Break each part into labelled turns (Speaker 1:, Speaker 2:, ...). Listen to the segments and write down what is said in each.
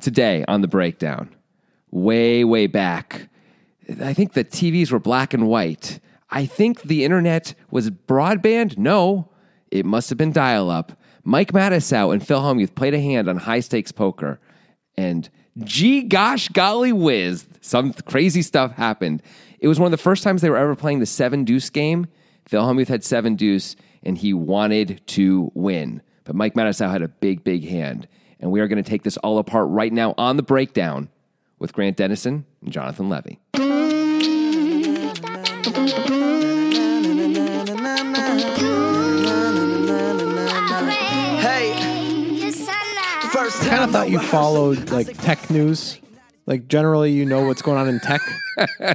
Speaker 1: today on the breakdown, way, way back, I think the TVs were black and white. I think the internet was broadband. No, it must have been dial up. Mike Mattisau and Phil Hellmuth played a hand on high stakes poker. And gee gosh golly whiz, some crazy stuff happened. It was one of the first times they were ever playing the seven deuce game. Phil Hellmuth had seven deuce and he wanted to win. But Mike Mattisau had a big, big hand. And we are going to take this all apart right now on the breakdown with Grant Dennison and Jonathan Levy.
Speaker 2: I kind of thought you followed like tech news. Like generally, you know what's going on in tech.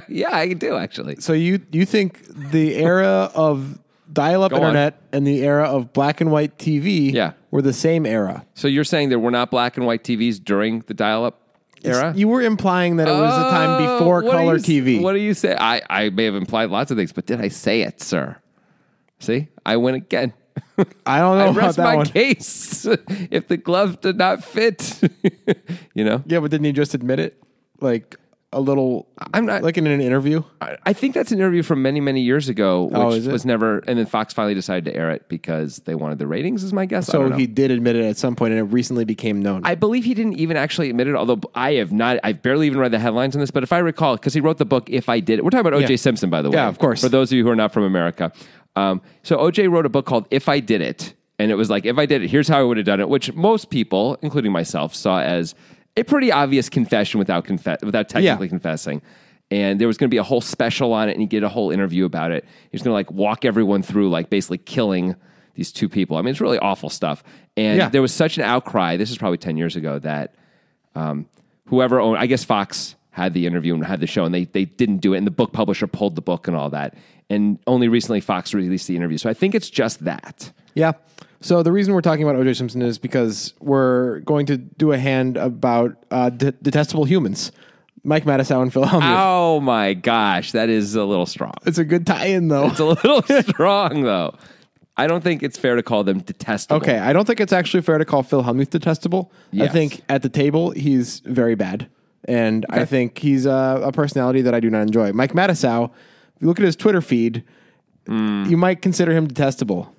Speaker 1: yeah, I do actually.
Speaker 2: So you you think the era of dial-up
Speaker 1: on. internet
Speaker 2: and the era of black and white TV
Speaker 1: Yeah.
Speaker 2: were the same era?
Speaker 1: So you're saying there were not black and white TVs during the dial up era?
Speaker 2: You were implying that it was a time
Speaker 1: Oh,
Speaker 2: before
Speaker 1: what do
Speaker 2: color
Speaker 1: you-
Speaker 2: TV.
Speaker 1: What do you say? I, I may have implied lots of things, but did I say it, sir? See, I win again.
Speaker 2: I don't know
Speaker 1: I
Speaker 2: about
Speaker 1: rest
Speaker 2: Oh, that
Speaker 1: my
Speaker 2: one.
Speaker 1: case. if the glove did not fit, you know,
Speaker 2: Yeah, but didn't you just admit it? Like a little.
Speaker 1: I'm not-
Speaker 2: like in an interview.
Speaker 1: I, I think that's an interview from many, many years ago, which
Speaker 2: Oh, is it?
Speaker 1: was never. And then Fox finally decided to air it because they wanted the ratings, is my guess. I
Speaker 2: So
Speaker 1: don't know.
Speaker 2: he did admit it at some point, and it recently became known.
Speaker 1: I believe he didn't even actually admit it, although I have not, I've barely even read the headlines on this, but if I recall, because he wrote the book, If I Did It. We're talking about O.J.
Speaker 2: Yeah.
Speaker 1: Simpson, by the way.
Speaker 2: Yeah, of course.
Speaker 1: For those of you who are not from America. Um, so O.J. wrote a book called If I Did It. And it was like, if I did it, here's how I would have done it, which most people, including myself, saw as a pretty obvious confession without confe- without technically
Speaker 2: Yeah.
Speaker 1: confessing. And there was going to be a whole special on it, and he did a whole interview about it. He was going to like walk everyone through like basically killing these two people. I mean, it's really awful stuff. And
Speaker 2: Yeah.
Speaker 1: there was such an outcry. This is probably ten years ago that um, whoever owned, I guess Fox had the interview and had the show, and they they didn't do it, and the book publisher pulled the book and all that. And only recently Fox released the interview, so I think it's just that.
Speaker 2: Yeah. So the reason we're talking about O.J. Simpson is because we're going to do a hand about uh, de- detestable humans. Mike Mattisau and Phil Hellmuth.
Speaker 1: Oh my gosh, that is a little strong.
Speaker 2: It's a good tie-in, though.
Speaker 1: It's a little strong though. I don't think it's fair to call them detestable.
Speaker 2: Okay, I don't think it's actually fair to call Phil Hellmuth detestable.
Speaker 1: Yes.
Speaker 2: I think at the table he's very bad, and I think he's a, a personality that I do not enjoy. Mike Mattisau, if you look at his Twitter feed, you might consider him detestable.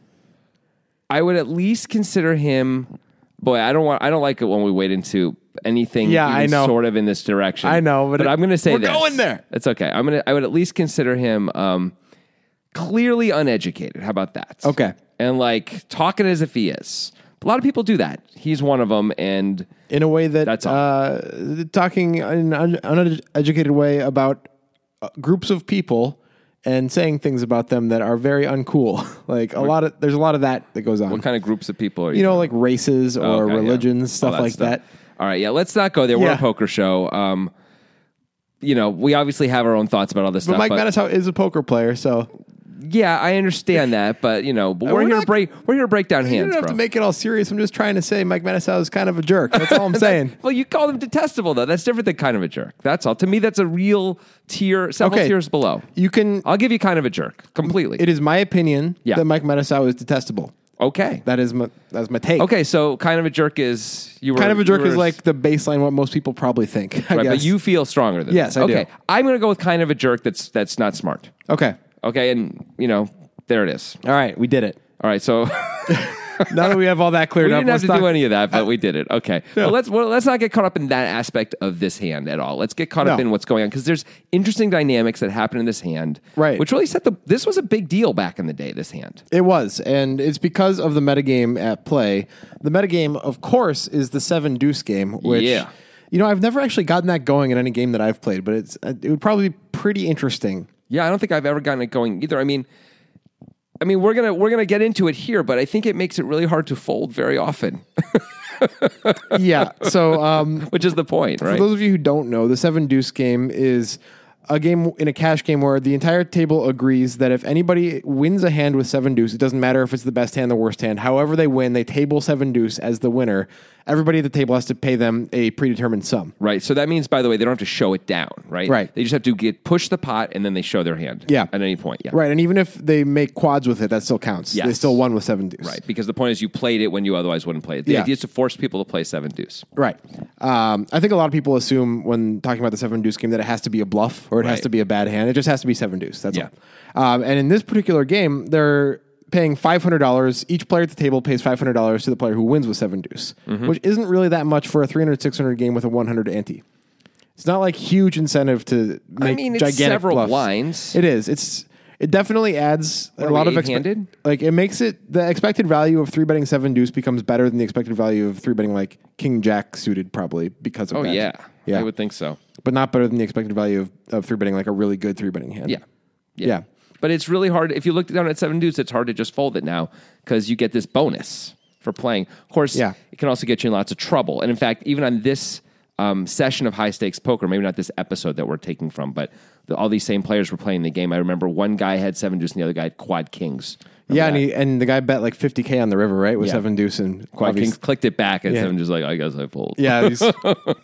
Speaker 1: I would at least consider him. Boy, I don't want. I don't like it when we wade into anything.
Speaker 2: Yeah,
Speaker 1: even
Speaker 2: I know.
Speaker 1: Sort of in this direction.
Speaker 2: I know, but it-
Speaker 1: I'm going to say
Speaker 2: we're
Speaker 1: this.
Speaker 2: going there.
Speaker 1: It's okay. I'm gonna. I would at least consider him um, clearly uneducated. How about that?
Speaker 2: Okay.
Speaker 1: And like talking as if he is. A lot of people do that. He's one of them, and
Speaker 2: in a way that
Speaker 1: That's all.
Speaker 2: uh, talking in an uneducated way about uh, groups of people and saying things about them that are very uncool. like a lot of there's a lot of that that goes on.
Speaker 1: what kind of groups of people are you?
Speaker 2: you know, like races or
Speaker 1: Okay, yeah.
Speaker 2: religions,
Speaker 1: All
Speaker 2: stuff like that.
Speaker 1: All right, yeah. Let's not go there. We're a
Speaker 2: Yeah.
Speaker 1: poker show. Um, you know, we obviously have our own thoughts about all this
Speaker 2: But
Speaker 1: stuff.
Speaker 2: Mike Mattisau is a poker player, so
Speaker 1: Yeah, I understand that, but you know, but we're,
Speaker 2: we're
Speaker 1: here to
Speaker 2: not-
Speaker 1: break. We're here to break down
Speaker 2: you
Speaker 1: hands,
Speaker 2: don't have
Speaker 1: bro.
Speaker 2: to make it all serious. I'm just trying to say Mike Mattisau is kind of a jerk. That's all I'm saying.
Speaker 1: well, you call them detestable though. That's different than kind of a jerk. That's all. To me, that's a real tier, several
Speaker 2: Okay.
Speaker 1: tiers below.
Speaker 2: You can.
Speaker 1: I'll give you kind of a jerk completely.
Speaker 2: It is my opinion
Speaker 1: Yeah.
Speaker 2: that Mike Mattisau is detestable.
Speaker 1: okay.
Speaker 2: That is my that's my take.
Speaker 1: okay, so kind of a jerk is you were
Speaker 2: Kind of a jerk
Speaker 1: you were-
Speaker 2: is like the baseline what most people probably think. I
Speaker 1: right, but
Speaker 2: guess.
Speaker 1: you feel stronger than
Speaker 2: Yes,
Speaker 1: that.
Speaker 2: I do.
Speaker 1: okay. I'm going to go with kind of a jerk. That's that's not smart.
Speaker 2: Okay.
Speaker 1: Okay, and you know there it is.
Speaker 2: All right, we did it.
Speaker 1: All right, so.
Speaker 2: Now that we have all that cleared
Speaker 1: We
Speaker 2: up,
Speaker 1: didn't have
Speaker 2: let's
Speaker 1: to
Speaker 2: talk-
Speaker 1: do any of
Speaker 2: Uh,
Speaker 1: that, but we did it. Okay. Well, let's well, let's not get caught up in that aspect of this hand at all. Let's get caught up
Speaker 2: No.
Speaker 1: in what's going on because there's interesting dynamics that happen in this hand,
Speaker 2: Right.
Speaker 1: Which really set the. This was a big deal back in the day. This hand.
Speaker 2: It was, and it's because of the metagame at play. The metagame, of course, is the seven deuce game, which
Speaker 1: Yeah.
Speaker 2: you know I've never actually gotten that going in any game that I've played, but it's it would probably be pretty interesting.
Speaker 1: Yeah, I don't think I've ever gotten it going either. I mean, I mean, we're gonna we're gonna get into it here, but I think it makes it really hard to fold very often,
Speaker 2: yeah. um, So um,
Speaker 1: which is the point, right?
Speaker 2: For those of you who don't know, the seven deuce game is a game in a cash game where the entire table agrees that if anybody wins a hand with seven deuce, it doesn't matter if it's the best hand, the worst hand. However, they win, they table seven deuce as the winner. Everybody at the table has to pay them a predetermined sum.
Speaker 1: Right. So that means, by the way, they don't have to show it down, right?
Speaker 2: Right.
Speaker 1: They just have to get push the pot and then they show their hand.
Speaker 2: Yeah.
Speaker 1: At any point. Yeah.
Speaker 2: Right, and even if they make quads with it, that still counts. They
Speaker 1: Yes.
Speaker 2: still won with seven deuce.
Speaker 1: Right. Because the point is you played it when you otherwise wouldn't play it. The
Speaker 2: Yeah.
Speaker 1: idea is to force people to play seven deuce.
Speaker 2: Right. Um, I think a lot of people assume when talking about the seven deuce game that it has to be a bluff or it has
Speaker 1: Right.
Speaker 2: to be a bad hand. It just has to be seven deuce. That's
Speaker 1: Yeah.
Speaker 2: all. Um, and in this particular game, they're paying five hundred dollars. Each player at the table pays five hundred dollars to the player who wins with seven deuce,
Speaker 1: Mm-hmm.
Speaker 2: which isn't really that much for a 300, 600 game with a one hundred ante. It's not like huge incentive to make
Speaker 1: mean, it's
Speaker 2: gigantic
Speaker 1: several
Speaker 2: bluffs.
Speaker 1: blinds.
Speaker 2: It is. It's it definitely adds a
Speaker 1: are
Speaker 2: lot
Speaker 1: we,
Speaker 2: of expe-
Speaker 1: eight-handed?
Speaker 2: like it makes it the expected value of three betting seven deuce becomes better than the expected value of three betting like king jack suited probably because of
Speaker 1: Oh
Speaker 2: that.
Speaker 1: yeah.
Speaker 2: yeah,
Speaker 1: I would think so.
Speaker 2: but not better than the expected value of, of three betting like a really good three betting hand.
Speaker 1: Yeah.
Speaker 2: Yeah.
Speaker 1: But it's really hard. If you look down at seven deuce, it's hard to just fold it now because you get this bonus for playing. Of course,
Speaker 2: Yeah.
Speaker 1: it can also get you in lots of trouble. And in fact, even on this um, session of high stakes poker, maybe not this episode that we're taking from, but the, all these same players were playing the game. I remember one guy had seven deuce and the other guy had quad kings.
Speaker 2: yeah, and he, and the guy bet like fifty k on the river right with
Speaker 1: Yeah.
Speaker 2: seven deuce and
Speaker 1: Quad
Speaker 2: obvious-
Speaker 1: kings clicked it back and
Speaker 2: Yeah.
Speaker 1: seven just like, I guess I fold.
Speaker 2: Yeah, these-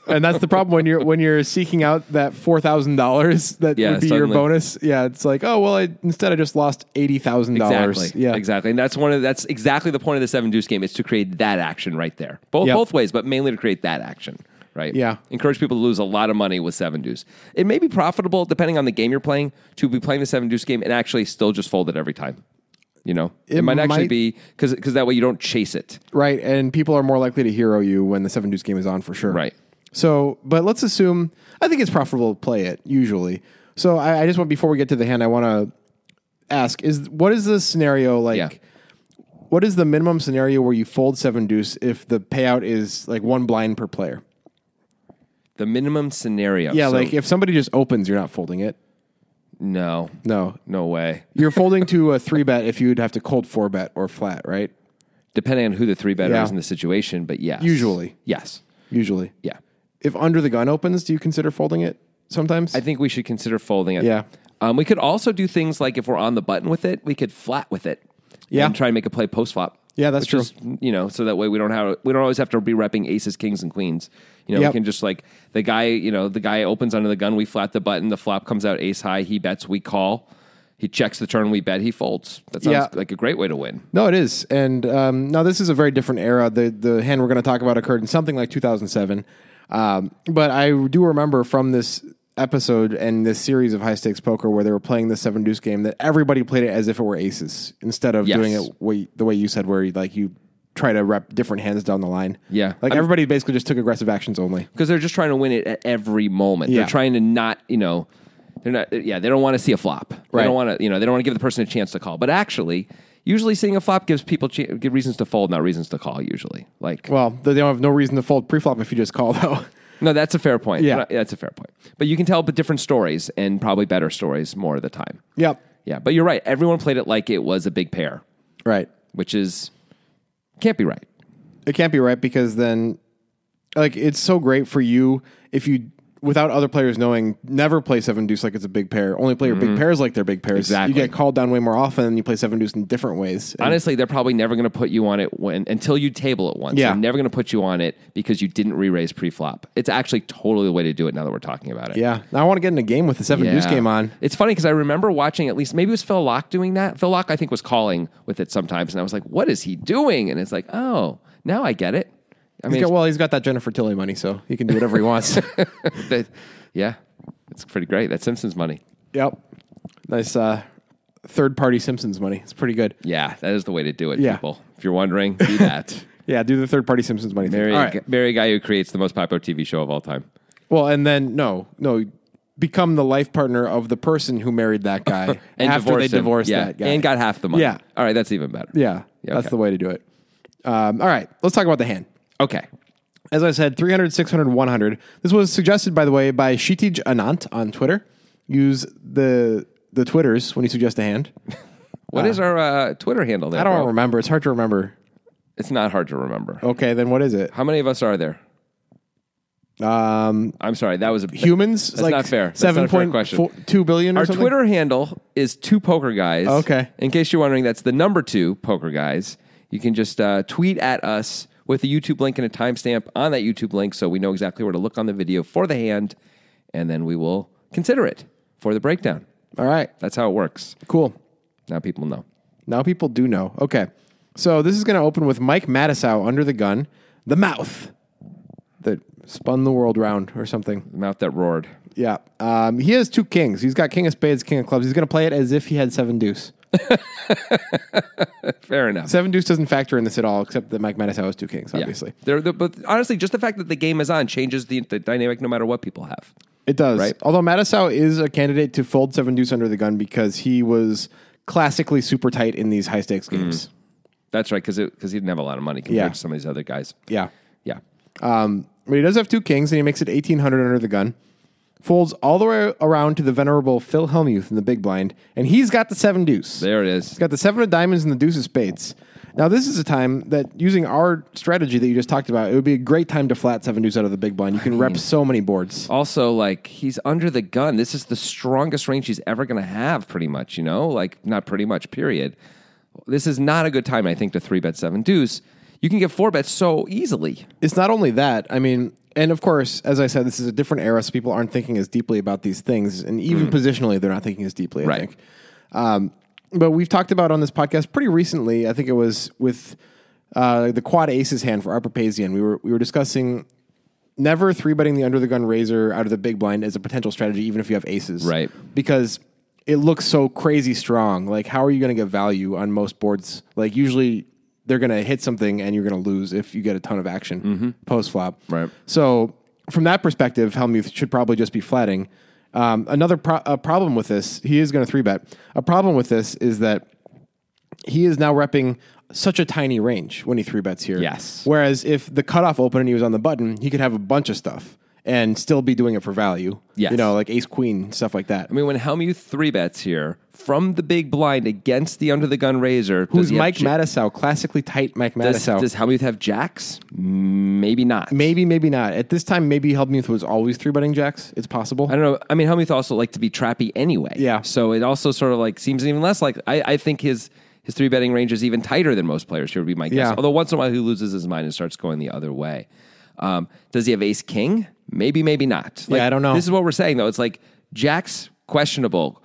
Speaker 2: and that's the problem when you're when you're seeking out that four thousand dollars that
Speaker 1: Yeah,
Speaker 2: would be your
Speaker 1: suddenly-
Speaker 2: bonus. Yeah, it's like oh well, I, instead I just lost eighty thousand
Speaker 1: Exactly.
Speaker 2: dollars. Yeah,
Speaker 1: Exactly. And that's one of that's exactly the point of the seven deuce game is to create that action right there. Both
Speaker 2: Yep.
Speaker 1: both ways, but mainly to create that action. Right.
Speaker 2: Yeah.
Speaker 1: Encourage people to lose a lot of money with seven deuce. It may be profitable, depending on the game you're playing, to be playing the seven deuce game and actually still just fold it every time. You know? It,
Speaker 2: It
Speaker 1: might, actually
Speaker 2: might-
Speaker 1: be because that way you don't chase it.
Speaker 2: Right, and people are more likely to hero you when the seven deuce game is on for sure.
Speaker 1: Right.
Speaker 2: So, but let's assume I think it's profitable to play it usually. So I, I just want before we get to the hand, I want to ask: Is what is the scenario like?
Speaker 1: Yeah.
Speaker 2: What is the minimum scenario where you fold seven deuce if the payout is like one blind per player?
Speaker 1: The minimum scenario.
Speaker 2: Yeah,
Speaker 1: So,
Speaker 2: like if somebody just opens, you're not folding it.
Speaker 1: no.
Speaker 2: No,
Speaker 1: No way.
Speaker 2: you're folding to a three bet if you'd have to cold four bet or flat, right?
Speaker 1: Depending on who the three better
Speaker 2: Yeah.
Speaker 1: is in the situation, but yes.
Speaker 2: Usually.
Speaker 1: Yes.
Speaker 2: Usually,
Speaker 1: Yeah.
Speaker 2: If under the gun opens, do you consider folding it sometimes?
Speaker 1: I think we should consider folding it.
Speaker 2: Yeah.
Speaker 1: Um, we could also do things like if we're on the button with it, we could flat with it.
Speaker 2: Yeah.
Speaker 1: And try and make a play post flop.
Speaker 2: Yeah, that's
Speaker 1: which Is, you know, so that way we don't have we don't always have to be repping aces, kings, and queens. You know,
Speaker 2: Yep.
Speaker 1: we can just like the guy. You know, the guy opens under the gun. We flat the button. The flop comes out ace high. He bets. We call. He checks the turn. We bet. He folds. That sounds
Speaker 2: Yeah.
Speaker 1: like a great way to win.
Speaker 2: No, it is. And um, now this is a very different era. The the hand we're going to talk about occurred in something like 2007. Um, but I do remember from this episode and this series of high stakes poker where they were playing the seven deuce game that everybody played it as if it were aces instead of
Speaker 1: Yes.
Speaker 2: doing it way, the way you said, where you, like you try to rep different hands down the line.
Speaker 1: Yeah.
Speaker 2: like
Speaker 1: I'm-
Speaker 2: everybody basically just took aggressive actions only.
Speaker 1: because they're just trying to win it at every moment.
Speaker 2: Yeah.
Speaker 1: They're trying to not, you know, they're not. Yeah, they don't want to see a flop. They
Speaker 2: Right.
Speaker 1: don't want to, you know, they don't want to give the person a chance to call. But actually, usually seeing a flop gives people ch- give reasons to fold, not reasons to call. Usually, like,
Speaker 2: Well, they don't have no reason to fold preflop if you just call though.
Speaker 1: no, that's a fair point.
Speaker 2: Yeah.
Speaker 1: that's a fair point. But you can tell, but different stories and probably better stories more of the time.
Speaker 2: yep.
Speaker 1: Yeah, but you're right. Everyone played it like it was a big pair,
Speaker 2: Right.
Speaker 1: which is can't be right.
Speaker 2: it can't be right because then like it's so great for you if you without other players knowing never play seven deuce like it's a big pair only play your big pairs like they're big pairs
Speaker 1: Mm-hmm. Exactly.
Speaker 2: you get called down way more often and you play seven deuce in different ways And-
Speaker 1: Honestly, they're probably never going to put you on it when until you table it once.
Speaker 2: Yeah.
Speaker 1: They're never going to put you on it because you didn't re-raise pre-flop. It's actually totally the way to do it now that we're talking about it.
Speaker 2: yeah now i want to get in a game with the seven deuce
Speaker 1: Yeah.
Speaker 2: game on
Speaker 1: It's funny because I remember watching at least maybe it was Phil Locke doing that. Phil Locke, I think, was calling with it sometimes, and I was like, "What is he doing?" And it's like, "Oh, now I get it." I
Speaker 2: He's
Speaker 1: mean,
Speaker 2: got- well he's got that jennifer tilly money so he can do whatever he wants
Speaker 1: it's- that- yeah, it's pretty great. That's Simpsons money.
Speaker 2: yep nice uh third party simpsons money it's pretty good
Speaker 1: Yeah, that is the way to do it,
Speaker 2: Yeah.
Speaker 1: people. If you're wondering, do that.
Speaker 2: yeah do the third party simpsons money thing.
Speaker 1: marry,
Speaker 2: All
Speaker 1: a
Speaker 2: right.
Speaker 1: gu- marry a guy who creates the most popular TV show of all time.
Speaker 2: Well, and then no, no, become the life partner of the person who married that guy
Speaker 1: and
Speaker 2: after
Speaker 1: divorce
Speaker 2: they
Speaker 1: him.
Speaker 2: divorced
Speaker 1: Yeah.
Speaker 2: that guy
Speaker 1: and got half the money.
Speaker 2: Yeah.
Speaker 1: All right, that's even better.
Speaker 2: Yeah,
Speaker 1: Yeah,
Speaker 2: that's
Speaker 1: okay.
Speaker 2: the way to do it. Um, all right, let's talk about the hand.
Speaker 1: Okay.
Speaker 2: As I said, 300, 600, 100. This was suggested, by the way, by Kshitij Anant on Twitter. Use the the Twitters when you suggest a hand.
Speaker 1: What is our uh, Twitter handle there?
Speaker 2: I don't Oh.
Speaker 1: bro?
Speaker 2: remember. It's hard to remember.
Speaker 1: It's not hard to remember.
Speaker 2: Okay, then what is it?
Speaker 1: How many of us are there?
Speaker 2: Um,
Speaker 1: I'm sorry, that was a
Speaker 2: humans,
Speaker 1: That's
Speaker 2: like
Speaker 1: not fair. That's
Speaker 2: Seven
Speaker 1: not a fair
Speaker 2: point
Speaker 1: question.
Speaker 2: four- two billion. Or
Speaker 1: Our
Speaker 2: something?
Speaker 1: Twitter handle is two poker guys.
Speaker 2: Okay.
Speaker 1: In case you're wondering, that's the number two poker guys. You can just uh, tweet at us with a YouTube link and a timestamp on that YouTube link, so we know exactly where to look on the video for the hand, and then we will consider it for the breakdown.
Speaker 2: All right,
Speaker 1: That's how it works.
Speaker 2: cool.
Speaker 1: Now people know.
Speaker 2: Now people do know. Okay, so this is going to open with Mike Mattisau under the gun, the mouth that spun the world round or something.
Speaker 1: The mouth that roared.
Speaker 2: Yeah, um, he has two kings. He's got king of spades, king of clubs. He's going to play it as if he had seven deuce.
Speaker 1: Fair enough.
Speaker 2: Seven deuce doesn't factor in this at all, except that Mike Mattisau has two kings.
Speaker 1: Yeah.
Speaker 2: Obviously,
Speaker 1: They're the, but honestly, just the fact that the game is on changes the, the dynamic no matter what people have.
Speaker 2: It does.
Speaker 1: Right?
Speaker 2: Although Mattisau is a candidate to fold seven deuce under the gun because he was classically super tight in these high stakes
Speaker 1: Mm.
Speaker 2: games.
Speaker 1: That's right, because he didn't have a lot of money compared
Speaker 2: Yeah.
Speaker 1: to some of these other guys.
Speaker 2: Yeah.
Speaker 1: Yeah.
Speaker 2: Um, but he does have two kings and he makes it 1800 under the gun. Folds all the way around to the venerable Phil Hellmuth in the big blind, and he's got the seven deuce.
Speaker 1: There it is.
Speaker 2: He's got the seven of diamonds and the deuce of spades. Now, this is a time that using our strategy that you just talked about, it would be a great time to flat seven deuce out of the big blind. You can rep so many boards.
Speaker 1: Also, like he's under the gun. This is the strongest range he's ever going to have, pretty much. You know, like not pretty much. Period. This is not a good time, I think, to three bet seven deuce. You can get four bets so easily.
Speaker 2: it's not only that. I mean, and of course, as I said, this is a different era, so people aren't thinking as deeply about these things, and even positionally, they're not thinking as deeply. I
Speaker 1: Mm. Right.
Speaker 2: think. Um, but we've talked about on this podcast pretty recently. I think it was with uh, the quad aces hand for Arpapazian. We were we were discussing never three betting the under the gun razor out of the big blind as a potential strategy, even if you have aces,
Speaker 1: Right.
Speaker 2: Because it looks so crazy strong. Like, how are you going to get value on most boards? Like, usually they're going to hit something and you're going to lose if you get a ton of action post flop,
Speaker 1: Mm-hmm. Right.
Speaker 2: So, from that perspective, Helmuth should probably just be flatting. Um, another pro- a problem with this, he is going to three bet. A problem with this is that he is now repping such a tiny range when he three bets here.
Speaker 1: Yes.
Speaker 2: Whereas if the cutoff open and he was on the button, he could have a bunch of stuff and still be doing it for value.
Speaker 1: Yes.
Speaker 2: You know, like ace queen, stuff like that.
Speaker 1: I mean, when Helmuth three bets here from the big blind against the under the gun razor, does
Speaker 2: Who's
Speaker 1: he have
Speaker 2: Mike
Speaker 1: ja-
Speaker 2: Mattisau, classically tight Mike
Speaker 1: Does,
Speaker 2: Mattisau.
Speaker 1: does Helmuth have jacks? Maybe not.
Speaker 2: maybe, maybe not. At this time, maybe Helmuth was always three betting jacks. It's possible.
Speaker 1: I don't know. I mean, Helmuth also liked to be trappy anyway.
Speaker 2: Yeah.
Speaker 1: So it also sort of like seems even less like I, I think his his three betting range is even tighter than most players here would be my guess.
Speaker 2: Yeah.
Speaker 1: Although once in a while he loses his mind and starts going the other way. Um, does he have ace king? Maybe, maybe not. Like,
Speaker 2: I don't know.
Speaker 1: This is what we're saying though. It's like jacks questionable,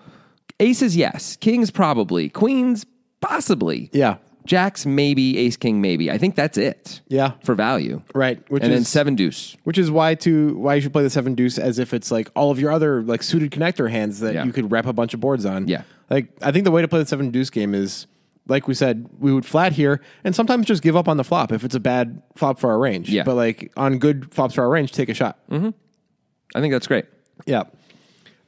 Speaker 1: aces yes, kings probably, queens possibly.
Speaker 2: Yeah.
Speaker 1: Jacks maybe, ace king maybe. I think that's it.
Speaker 2: Yeah.
Speaker 1: For value.
Speaker 2: Right, which
Speaker 1: and then
Speaker 2: is-
Speaker 1: seven deuce.
Speaker 2: Which is why to why you should play the seven deuce as if it's like all of your other like suited connector hands that
Speaker 1: Yeah.
Speaker 2: you could wrap a bunch of boards on.
Speaker 1: Yeah.
Speaker 2: Like I think the way to play the seven deuce game is like we said, we would flat here and sometimes just give up on the flop if it's a bad flop for our range.
Speaker 1: Yeah. Mm-hmm.
Speaker 2: But like on good flops for our range, take a shot.
Speaker 1: I think that's great.
Speaker 2: Yeah.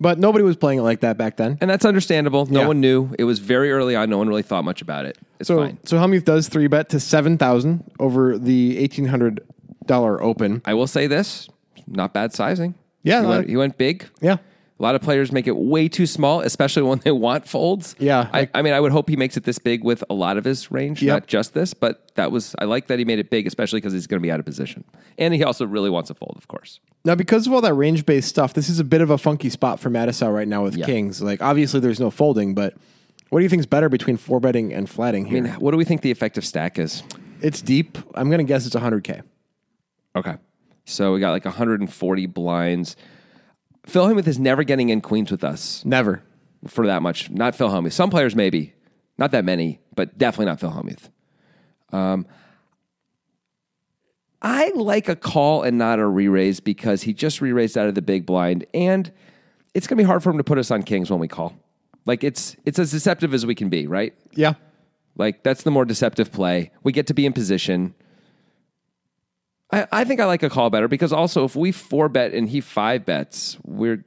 Speaker 2: But nobody was playing it like that back then.
Speaker 1: And that's understandable. No
Speaker 2: Yeah.
Speaker 1: one knew. It was very early on. No one really thought much about it. It's
Speaker 2: So
Speaker 1: fine.
Speaker 2: so Helmuth does three bet to seven thousand over the eighteen hundred dollar open.
Speaker 1: I will say this not bad sizing.
Speaker 2: Yeah,
Speaker 1: He,
Speaker 2: no,
Speaker 1: went,
Speaker 2: that-
Speaker 1: he went big.
Speaker 2: Yeah.
Speaker 1: A lot of players make it way too small, especially when they want folds.
Speaker 2: Yeah,
Speaker 1: I,
Speaker 2: like-
Speaker 1: I mean, I would hope he makes it this big with a lot of his range,
Speaker 2: Yep.
Speaker 1: not just this, but that was, I like that he made it big, especially because he's going to be out of position. And he also really wants a fold, of course.
Speaker 2: Now, because of all that range based stuff, this is a bit of a funky spot for Mattisau right now with
Speaker 1: Yeah.
Speaker 2: kings. Like, obviously, there's no folding, but what do you think's better between four betting and flatting here?
Speaker 1: I mean, what do we think the effective stack is?
Speaker 2: it's deep. I'm going to guess it's 100K.
Speaker 1: Okay. So we got like 140 blinds. Phil Hellmuth is never getting in queens with us.
Speaker 2: Never.
Speaker 1: for that much. Not Phil Hellmuth. Some players maybe, not that many, but definitely not Phil Hellmuth. Um, I like a call and not a re-raise because he just re-raised out of the big blind, and it's going to be hard for him to put us on kings when we call. Like it's it's as deceptive as we can be, right?
Speaker 2: Yeah.
Speaker 1: Like that's the more deceptive play. We get to be in position. I, I think I like a call better because also if we four bet and he five bets, we're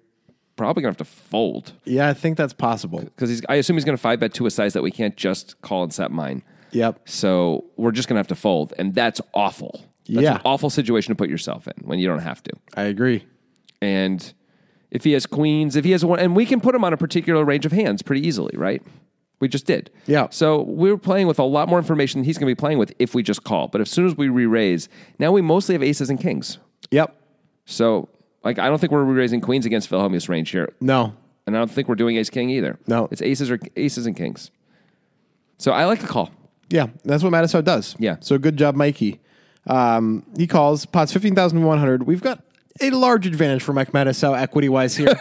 Speaker 1: probably gonna have to fold
Speaker 2: Yeah, I think that's possible.
Speaker 1: because he's I assume he's going to five bet to a size that we can't just call and set mine.
Speaker 2: Yep.
Speaker 1: So we're just going to have to fold, and that's awful. That's
Speaker 2: Yeah.
Speaker 1: an awful situation to put yourself in when you don't have to.
Speaker 2: I agree.
Speaker 1: And if he has queens, if he has one, and we can put him on a particular range of hands pretty easily, right? We just did.
Speaker 2: Yeah.
Speaker 1: So we're playing with a lot more information than he's going to be playing with if we just call. But as soon as we re raise, now we mostly have aces and kings.
Speaker 2: Yep.
Speaker 1: So, like, I don't think we're raising queens against Philhelmius range here,
Speaker 2: No.
Speaker 1: and I don't think we're doing ace king either.
Speaker 2: No.
Speaker 1: it's aces or aces and kings. So I like the call.
Speaker 2: Yeah, that's what Mattisau does.
Speaker 1: Yeah.
Speaker 2: So good job, Mikey. Um, he calls pots fifteen thousand one hundred. We've got a large advantage for Mike Mattisau equity wise here,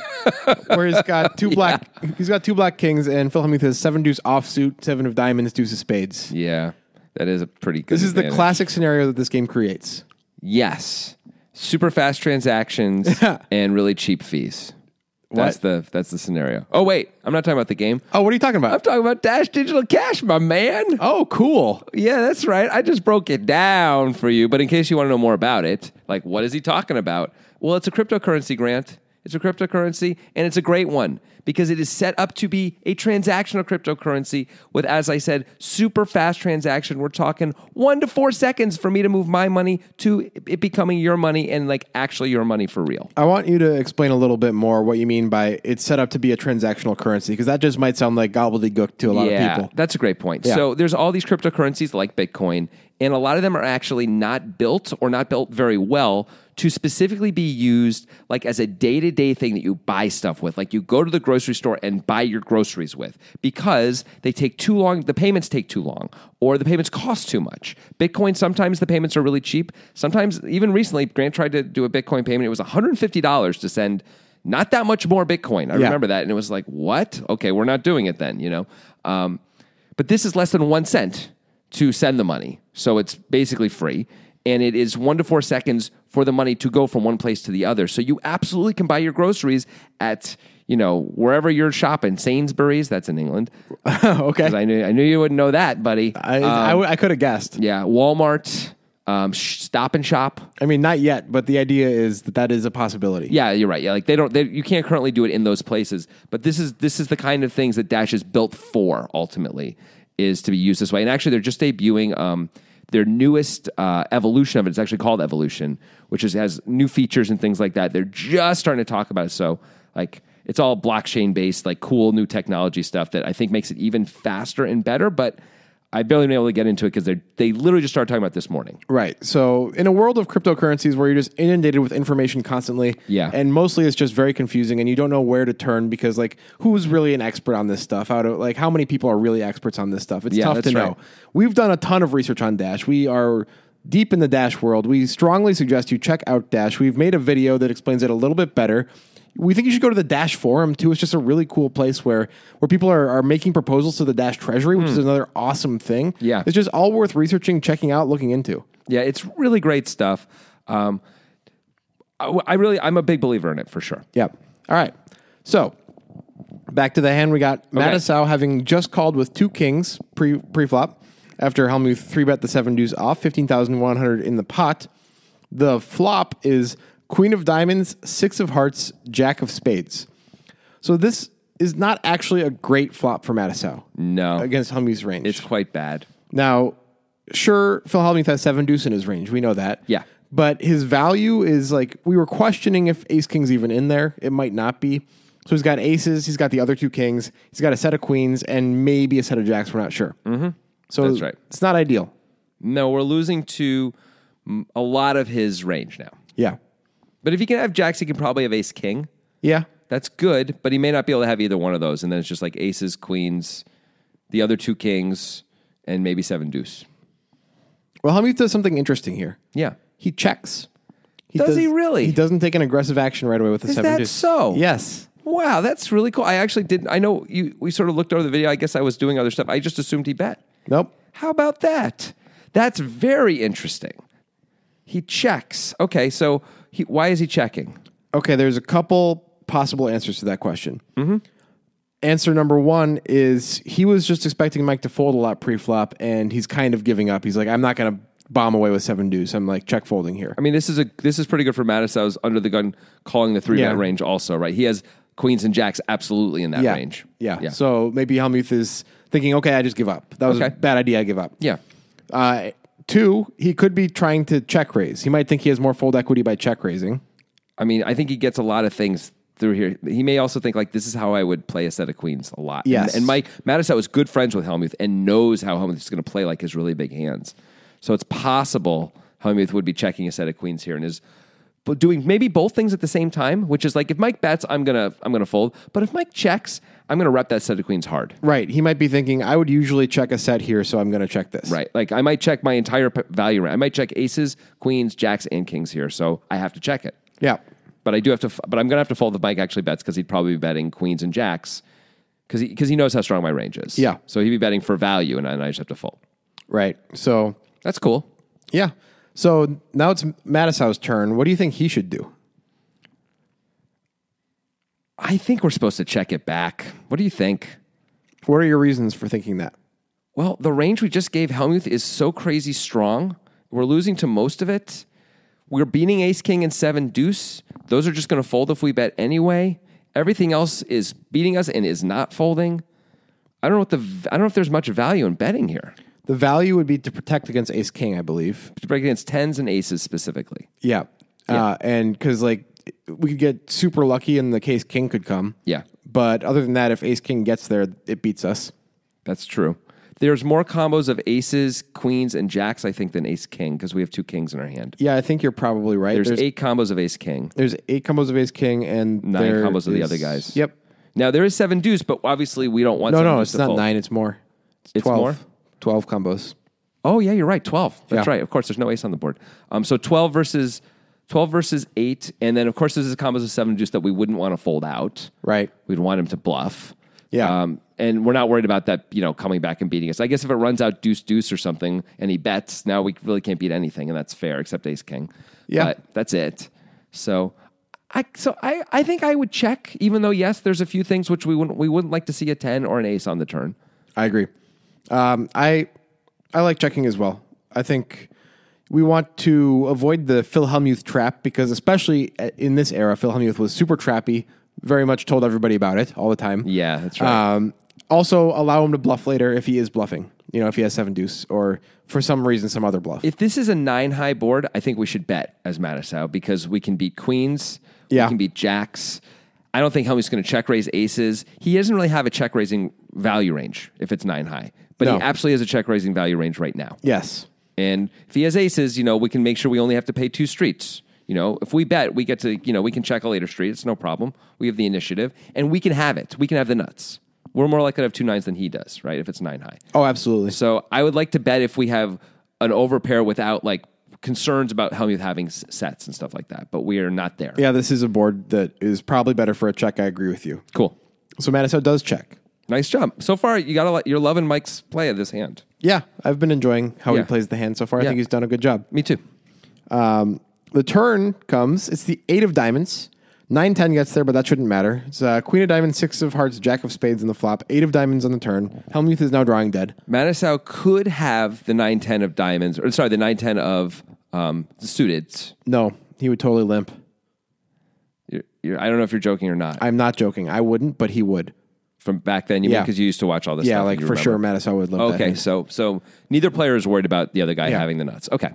Speaker 2: where he's got two black. He's got two black kings, and Philhelmuth has seven deuce offsuit, seven of diamonds, deuce of spades.
Speaker 1: Yeah, that is a pretty good.
Speaker 2: This is the
Speaker 1: advantage.
Speaker 2: classic scenario that this game creates.
Speaker 1: Yes, super fast transactions and really cheap fees. That's the that's the scenario. Oh wait, I'm not talking about the game.
Speaker 2: Oh, what are you talking
Speaker 1: I'm
Speaker 2: about?
Speaker 1: talking about Dash Digital Cash, my man.
Speaker 2: Oh, cool.
Speaker 1: Yeah, that's right. I just broke it down for you. But in case you want to know more about it, like what is he talking about? Well, it's a cryptocurrency grant. It's a cryptocurrency, and it's a great one because it is set up to be a transactional cryptocurrency with, as I said, super fast transaction. We're talking one to four seconds for me to move my money to it becoming your money and like actually your money for real.
Speaker 2: I want you to explain a little bit more what you mean by it's set up to be a transactional currency because that just might sound like gobbledygook to a lot
Speaker 1: yeah,
Speaker 2: of people.
Speaker 1: That's a great point.
Speaker 2: Yeah.
Speaker 1: So there's all these cryptocurrencies like Bitcoin, and a lot of them are actually not built or not built very well to specifically be used like as a day-to-day thing that you buy stuff with. Like you go to the grocery store and buy your groceries with because they take too long, the payments take too long, or the payments cost too much. Bitcoin sometimes the payments are really cheap. Sometimes even recently Grant tried to do a Bitcoin payment, it was $150 to send not that much more Bitcoin. I
Speaker 2: Yeah.
Speaker 1: remember that. And it was like, what? Okay, we're not doing it then, you know? Um, but this is less than one cent to send the money. So it's basically free. And it is one to four seconds for the money to go from one place to the other. So you absolutely can buy your groceries at, you know, wherever you're shopping, Sainsbury's, that's in England. 'Cause
Speaker 2: okay. I,
Speaker 1: I knew, I knew you wouldn't know that, buddy. Uh,
Speaker 2: I, I,
Speaker 1: Um,
Speaker 2: w- I could have guessed.
Speaker 1: yeah, Walmart, um, Sh- Stop and Shop.
Speaker 2: I mean, not yet, but the idea is that that is a possibility.
Speaker 1: Yeah, you're right. Yeah, like they don't. They, you can't currently do it in those places. But this is this is the kind of things that Dash is built for. Ultimately, is to be used this way. And actually, they're just debuting um, their newest uh, evolution of it. It's actually called Evolution, which is has new features and things like that. They're just starting to talk about it. So like. It's all blockchain based, like cool new technology stuff that I think makes it even faster and better. But I've barely been able to get into it because they they literally just started talking about it this morning.
Speaker 2: Right. So, in a world of cryptocurrencies where you're just inundated with information constantly,
Speaker 1: Yeah.
Speaker 2: and mostly it's just very confusing, and you don't know where to turn because, like, who's really an expert on this stuff? How to like how many people are really experts on this stuff? It's
Speaker 1: Yeah,
Speaker 2: tough
Speaker 1: that's
Speaker 2: to know.
Speaker 1: right.
Speaker 2: We've done a ton of research on Dash. We are deep in the Dash world. We strongly suggest you check out Dash. We've made a video that explains it a little bit better. We think you should go to the Dash forum too. It's just a really cool place where where people are, are making proposals to the Dash Treasury, which is another awesome thing.
Speaker 1: Hmm. Yeah.
Speaker 2: It's just all worth researching, checking out, looking into.
Speaker 1: Yeah, it's really great stuff. Um, I, I really, I'm a big believer in it for sure.
Speaker 2: Yep. All right. So back to the hand we got Mattisau having just called with two kings pre pre-flop after Helmuth three bet the seven deuce off, fifteen thousand one hundred in the pot. The flop is Queen of Diamonds, Six of Hearts, Jack of Spades. So this is not actually a great flop for Mattisau
Speaker 1: No,
Speaker 2: against Helmuth's range.
Speaker 1: it's quite bad.
Speaker 2: Now, sure, Phil Hellmuth has seven deuce in his range. We know that.
Speaker 1: Yeah.
Speaker 2: But his value is like we were questioning if ace king's even in there. It might not be. So he's got aces, he's got the other two kings, he's got a set of queens, and maybe a set of jacks. We're not sure. Mm-hmm. So
Speaker 1: That's right.
Speaker 2: It's not ideal.
Speaker 1: No, we're losing to mm, a lot of his range now.
Speaker 2: Yeah.
Speaker 1: But if he can have jacks, he can probably have ace king.
Speaker 2: Yeah.
Speaker 1: That's good, but he may not be able to have either one of those. And then it's just like aces, queens, the other two kings, and maybe seven deuce.
Speaker 2: Well, Hellmuth does something interesting here.
Speaker 1: Yeah.
Speaker 2: He checks.
Speaker 1: Does he really?
Speaker 2: He doesn't take an aggressive action right away with the
Speaker 1: Is
Speaker 2: seven
Speaker 1: that
Speaker 2: deuce.
Speaker 1: so?
Speaker 2: Yes.
Speaker 1: Wow, that's really cool. I actually didn't. I know you. We sort of looked over the video. I guess I was doing other stuff. I just assumed he bet.
Speaker 2: Nope.
Speaker 1: How about that? That's very interesting. He checks. Okay, so he, why is he checking?
Speaker 2: Okay, there's a couple possible answers to that question. Mm-hmm. Answer number one is he was just expecting Mike to fold a lot pre-flop, and he's kind of giving up. He's like, I'm not going to bomb away with seven deuce. I'm like check folding here.
Speaker 1: I mean, this is a this is pretty good for Mattis. I was under the gun calling the three
Speaker 2: Yeah.
Speaker 1: bet range also, right? He has queens and jacks absolutely in that
Speaker 2: yeah,
Speaker 1: range.
Speaker 2: yeah.
Speaker 1: yeah,
Speaker 2: So maybe Helmuth is thinking, okay, I just give up. That was a
Speaker 1: Okay.
Speaker 2: bad idea. I give up.
Speaker 1: yeah.
Speaker 2: Uh, two, he could be trying to check raise. He might think he has more fold equity by check raising.
Speaker 1: I mean, I think he gets a lot of things through here. He may also think like this is how I would play a set of queens a lot.
Speaker 2: Yes.
Speaker 1: And, and Mike Mattisau is good friends with Helmuth and knows how Helmuth is going to play like his really big hands. So it's possible Helmuth would be checking a set of queens here and is but doing maybe both things at the same time, which is like if Mike bets, I'm gonna I'm gonna fold. But if Mike checks, I'm gonna rep that set of queens hard.
Speaker 2: Right. He might be thinking, I would usually check a set here, so I'm going to check this.
Speaker 1: Right. Like I might check my entire p- value range. I might check aces, queens, jacks, and kings here, so I have to check it.
Speaker 2: Yeah.
Speaker 1: But I do have to. f- But I'm gonna have to fold if Mike actually bets because he'd probably be betting queens and jacks because he because he knows how strong my range is.
Speaker 2: Yeah.
Speaker 1: So he'd be betting for value, and I, and I just have to fold.
Speaker 2: Right. So,
Speaker 1: That's cool.
Speaker 2: yeah. So now it's Mattisau's turn. What do you think he should do?
Speaker 1: I think we're supposed to check it back. What do you think?
Speaker 2: What are your reasons for thinking that?
Speaker 1: Well, the range we just gave Helmuth is so crazy strong. We're losing to most of it. We're beating Ace King and Seven Deuce. Those are just going to fold if we bet anyway. Everything else is beating us and is not folding. I don't know what the I don't know if there's much value in betting here.
Speaker 2: The value would be to protect against ace king, I believe.
Speaker 1: To break against tens and aces specifically.
Speaker 2: Yeah. Uh, and because, like, we could get super lucky and the case king could come.
Speaker 1: Yeah.
Speaker 2: But other than that, if ace king gets there, it beats us.
Speaker 1: That's true. There's more combos of aces, queens, and jacks, I think, than ace king because we have two kings in our hand.
Speaker 2: Yeah, I think you're probably right.
Speaker 1: There's, eight combos of ace king.
Speaker 2: there's eight combos of ace king and
Speaker 1: Nine
Speaker 2: there
Speaker 1: combos of the
Speaker 2: is-
Speaker 1: other guys.
Speaker 2: Yep.
Speaker 1: Now there is seven deuce, but obviously we don't want.
Speaker 2: No,
Speaker 1: seven
Speaker 2: no,
Speaker 1: deuce
Speaker 2: it's
Speaker 1: to
Speaker 2: not
Speaker 1: fold.
Speaker 2: nine. It's more. It's,
Speaker 1: It's
Speaker 2: 12.
Speaker 1: more?
Speaker 2: 12 combos.
Speaker 1: Oh yeah, you're right. Twelve. That's
Speaker 2: Yeah.
Speaker 1: right. Of course, there's no ace on the board. Um, so twelve versus twelve versus eight, and then of course this is combos of seven deuce that we wouldn't want to fold out.
Speaker 2: Right.
Speaker 1: We'd want him to bluff.
Speaker 2: Yeah.
Speaker 1: Um, and we're not worried about that, you know, coming back and beating us. I guess if it runs out deuce deuce or something, and he bets, now we really can't beat anything, and that's fair except ace king.
Speaker 2: Yeah.
Speaker 1: But that's it. So. I, so I, I think I would check, even though yes, there's a few things which we wouldn't we wouldn't like to see a ten or an ace on the turn.
Speaker 2: I agree. Um, I I like checking as well. I think we want to avoid the Phil Hellmuth trap because, especially uh, in this era, Phil Hellmuth was super trappy. Very much told everybody about it all the time.
Speaker 1: Yeah, that's right.
Speaker 2: Um, also, allow him to bluff later if he is bluffing. You know, if he has seven deuce or for some reason some other bluff.
Speaker 1: if this is a nine high board, I think we should bet as Mattisau because we can beat queens.
Speaker 2: Yeah.
Speaker 1: We can beat jacks. I don't think Helmut's going to check raise aces. He doesn't really have a check raising value range if it's nine high, but
Speaker 2: No.
Speaker 1: he absolutely has a check raising value range right now.
Speaker 2: yes.
Speaker 1: And if he has aces, you know, we can make sure we only have to pay two streets. You know, if we bet, we get to, you know, we can check a later street. It's no problem. We have the initiative and we can have it. We can have the nuts. We're more likely to have two nines than he does, right? If it's nine high.
Speaker 2: Oh, absolutely.
Speaker 1: So I would like to bet if we have an overpair without like concerns about Helmuth having s- sets and stuff like that, but we are not there.
Speaker 2: Yeah, this is a board that is probably better for a check. I agree with you.
Speaker 1: Cool.
Speaker 2: So Mattisau does check.
Speaker 1: Nice job. So far, you got a lot. You're loving Mike's play of this hand.
Speaker 2: Yeah, I've been enjoying how
Speaker 1: Yeah.
Speaker 2: he plays the hand so far.
Speaker 1: Yeah.
Speaker 2: I think he's done a good job.
Speaker 1: Me too.
Speaker 2: The turn comes. It's the eight of diamonds. Nine ten gets there, but that shouldn't matter. It's uh, queen of diamonds, six of hearts, jack of spades in the flop, eight of diamonds on the turn. Helmuth is now drawing dead.
Speaker 1: Manisau could have the nine ten of diamonds, or sorry, the nine ten of um, suited.
Speaker 2: No, he would totally limp.
Speaker 1: You're, you're, I don't know if you're joking or not.
Speaker 2: I'm not joking. I wouldn't, but he would.
Speaker 1: From back then, you mean
Speaker 2: Yeah.
Speaker 1: because you used to watch all this.
Speaker 2: Yeah,
Speaker 1: stuff and
Speaker 2: like
Speaker 1: you
Speaker 2: for sure,
Speaker 1: remember.
Speaker 2: Mattisau would limp. that
Speaker 1: Okay,
Speaker 2: hand.
Speaker 1: so so neither player is worried about the other guy
Speaker 2: Yeah.
Speaker 1: having the nuts. Okay,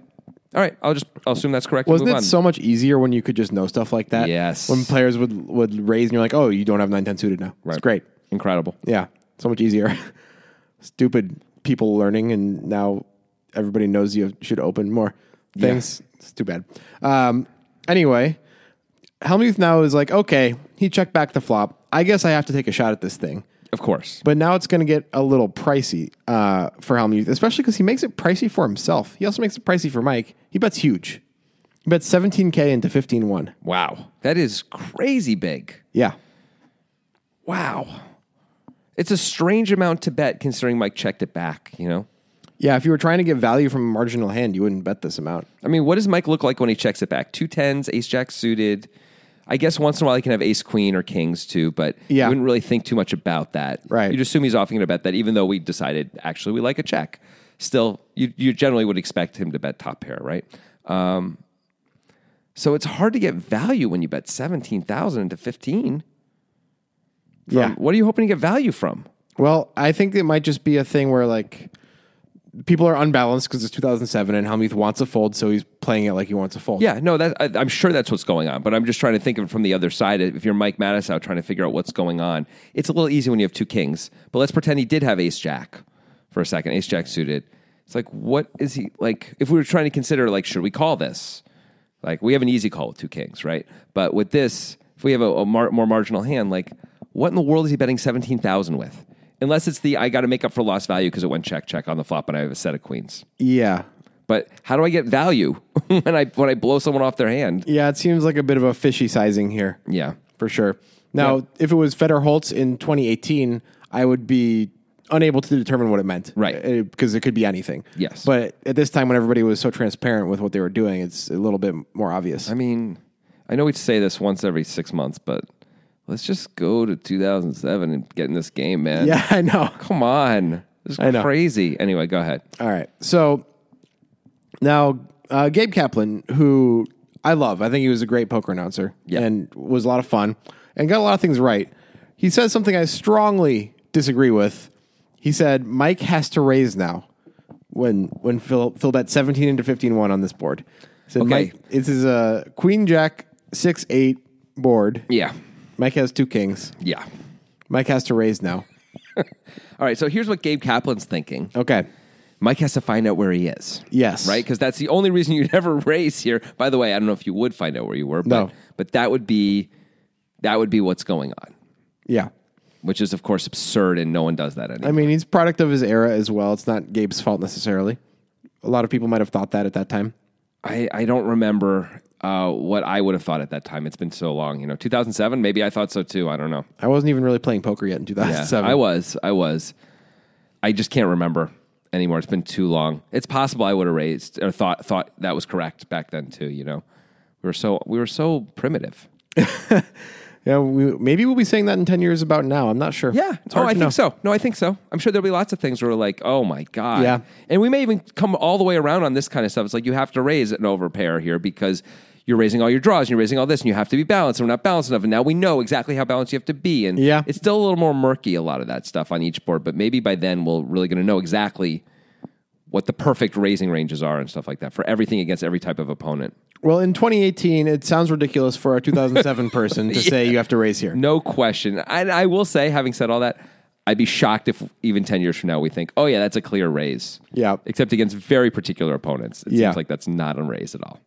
Speaker 1: all right. I'll just I'll assume that's correct. and
Speaker 2: Wasn't
Speaker 1: move
Speaker 2: it
Speaker 1: on.
Speaker 2: so much easier when you could just know stuff like that?
Speaker 1: Yes.
Speaker 2: When players would would raise and you're like, oh, you don't have nine ten suited now.
Speaker 1: Right.
Speaker 2: It's great.
Speaker 1: incredible?
Speaker 2: Yeah, so much easier. Stupid people learning, and now everybody knows you should open more things. It's too bad. Um, anyway, Helmuth now is like, okay, he checked back the flop. I guess I have to take a shot at this thing.
Speaker 1: Of course.
Speaker 2: But now it's going to get a little pricey uh, for Helmuth, especially because he makes it pricey for himself. He also makes it pricey for Mike. He bets huge. He bets 17K into 15 1.
Speaker 1: Wow. That is crazy big.
Speaker 2: Yeah.
Speaker 1: Wow. It's a strange amount to bet considering Mike checked it back, you know?
Speaker 2: Yeah, if you were trying to get value from a marginal hand, you wouldn't bet this amount.
Speaker 1: I mean, what does Mike look like when he checks it back? Two tens, ace jack suited. I guess once in a while he can have ace queen or kings too, but
Speaker 2: Yeah.
Speaker 1: you wouldn't really think too much about that.
Speaker 2: Right.
Speaker 1: You'd assume he's often going to bet that, even though we decided actually we like a check. Still, you, you generally would expect him to bet top pair, right? Um, so it's hard to get value when you bet 17,000 into 15. From,
Speaker 2: Yeah.
Speaker 1: What are you hoping to get value from?
Speaker 2: Well, I think it might just be a thing where like people are unbalanced because it's 2007 and Helmuth wants a fold, so he's playing it like he wants a fold.
Speaker 1: Yeah, no, that I, I'm sure that's what's going on, but I'm just trying to think of it from the other side. If you're Mike Mattisau trying to figure out what's going on, it's a little easy when you have two kings. But let's pretend he did have Ace Jack for a second, Ace Jack suited. It's like, what is he like? If we were trying to consider, like, should we call this? Like we have an easy call with two kings, right? But with this, if we have a, a mar- more marginal hand, like what in the world is he betting seventeen thousand with? Unless it's the I got to make up for lost value because it went check check on the flop and I have a set of queens.
Speaker 2: Yeah.
Speaker 1: But how do I get value when I when I blow someone off their hand?
Speaker 2: Yeah, it seems like a bit of a fishy sizing here.
Speaker 1: Yeah.
Speaker 2: For sure. Now, if it was Feder Holtz in 2018, I would be unable to determine what it meant.
Speaker 1: Right.
Speaker 2: Because it could be anything.
Speaker 1: Yes.
Speaker 2: But at this time, when everybody was so transparent with what they were doing, it's a little bit more obvious.
Speaker 1: I mean, I know we say this once every six months, but let's just go to 2007 and get in this game, man.
Speaker 2: yeah, I know.
Speaker 1: Come on. This is
Speaker 2: I know.
Speaker 1: crazy. Anyway, go ahead.
Speaker 2: All right. So now, uh, Gabe Kaplan, who I love, I think he was a great poker announcer
Speaker 1: Yeah.
Speaker 2: and was a lot of fun and got a lot of things right. He says something I strongly disagree with. He said, Mike has to raise now when when Phil, Phil bet 17 into 15 1 on this board. He said,
Speaker 1: Okay.
Speaker 2: Mike, this is a Queen Jack 6 8 board.
Speaker 1: Yeah.
Speaker 2: Mike has two kings.
Speaker 1: Yeah.
Speaker 2: Mike has to raise now.
Speaker 1: All right. So here's what Gabe Kaplan's thinking
Speaker 2: Okay.
Speaker 1: Mike has to find out where he is.
Speaker 2: Oh. Yes.
Speaker 1: Right? Because that's the only reason you'd ever raise here. By the way, I don't know if you would find out where you were, but,
Speaker 2: No.
Speaker 1: but that would be that would be what's going on,
Speaker 2: Yeah.
Speaker 1: which is, of course, absurd and no one does that anymore.
Speaker 2: I mean, he's a product of his era as well. It's not Gabe's fault necessarily. A lot of people might have thought that at that time.
Speaker 1: I, I don't remember uh, what I would have thought at that time. It's been so long, you know. 2007, maybe I thought so too. I don't know.
Speaker 2: I wasn't even really playing poker yet in
Speaker 1: Yeah,
Speaker 2: 2007.
Speaker 1: I was. I was. I just can't remember anymore. It's been too long. It's possible I would have raised or thought thought that was correct back then too. You know, we were so we were so primitive.
Speaker 2: yeah, we, maybe we'll be saying that in 10 years about now. I'm not sure. It's
Speaker 1: Oh,
Speaker 2: hard
Speaker 1: I think
Speaker 2: to know.
Speaker 1: so. No, I think so. I'm sure there'll be lots of things where we're like, oh my god.
Speaker 2: Yeah.
Speaker 1: And we may even come all the way around on this kind of stuff. It's like you have to raise an overpair here because. You're raising all your draws, and you're raising all this, and you have to be balanced. And we're not balanced enough, and now we know exactly how balanced you have to be. And
Speaker 2: Yeah.
Speaker 1: it's still a little more murky, a lot of that stuff on each board. But maybe by then we're really going to know exactly what the perfect raising ranges are and stuff like that for everything against every type of opponent.
Speaker 2: Well, in 2018, it sounds ridiculous for a 2007 person to say you have to raise here.
Speaker 1: No question. And I will say, having said all that, I'd be shocked if even 10 years from now we think, oh, yeah, that's a clear raise.
Speaker 2: Yeah.
Speaker 1: Except against very particular opponents. It
Speaker 2: Yeah.
Speaker 1: seems like that's not a raise at all.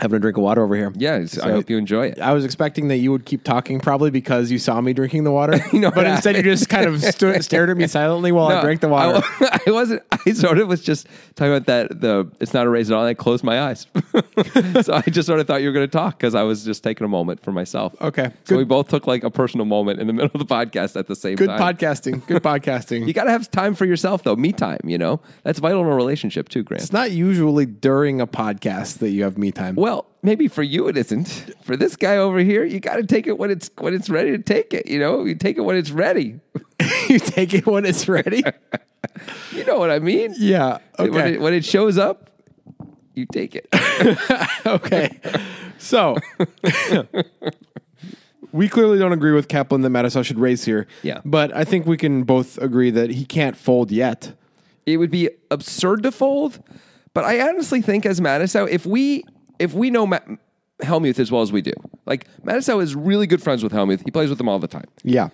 Speaker 2: Having a drink of water over here.
Speaker 1: Yeah. it's- I hope you enjoy it.
Speaker 2: I was expecting that you would keep talking probably because you saw me drinking the water.
Speaker 1: know
Speaker 2: but
Speaker 1: what
Speaker 2: instead, you just kind of stu- stared at me silently while I
Speaker 1: No,
Speaker 2: drank the water.
Speaker 1: I, I wasn't. I sort of was just talking about that. The it's not a raise at all. And I closed my eyes, so I just sort of thought you were going to talk because I was just taking a moment for myself.
Speaker 2: Okay.
Speaker 1: so
Speaker 2: Good-
Speaker 1: we both took like a personal moment in the middle of the podcast at the same
Speaker 2: Good
Speaker 1: time.
Speaker 2: podcasting. Good podcasting.
Speaker 1: you got to have time for yourself though. Me time, you know, that's vital in a relationship too, Grant.
Speaker 2: It's not usually during a podcast that you have me time.
Speaker 1: Well, maybe for you it isn't. For this guy over here, you got to take it when it's when it's ready to take it. You know, you take it when it's ready.
Speaker 2: you take it when it's ready.
Speaker 1: You know what I mean?
Speaker 2: yeah.
Speaker 1: When
Speaker 2: Okay.
Speaker 1: it, when it shows up, you take it.
Speaker 2: okay. So we clearly don't agree with Kaplan that Mattisau should raise here.
Speaker 1: Yeah.
Speaker 2: But I think we can both agree that he can't fold yet.
Speaker 1: it would be absurd to fold. But I honestly think as Mattisau, if we if we know Ma- Helmuth as well as we do, like Mattisau is really good friends with Helmuth. He plays with him all the time.
Speaker 2: Yeah.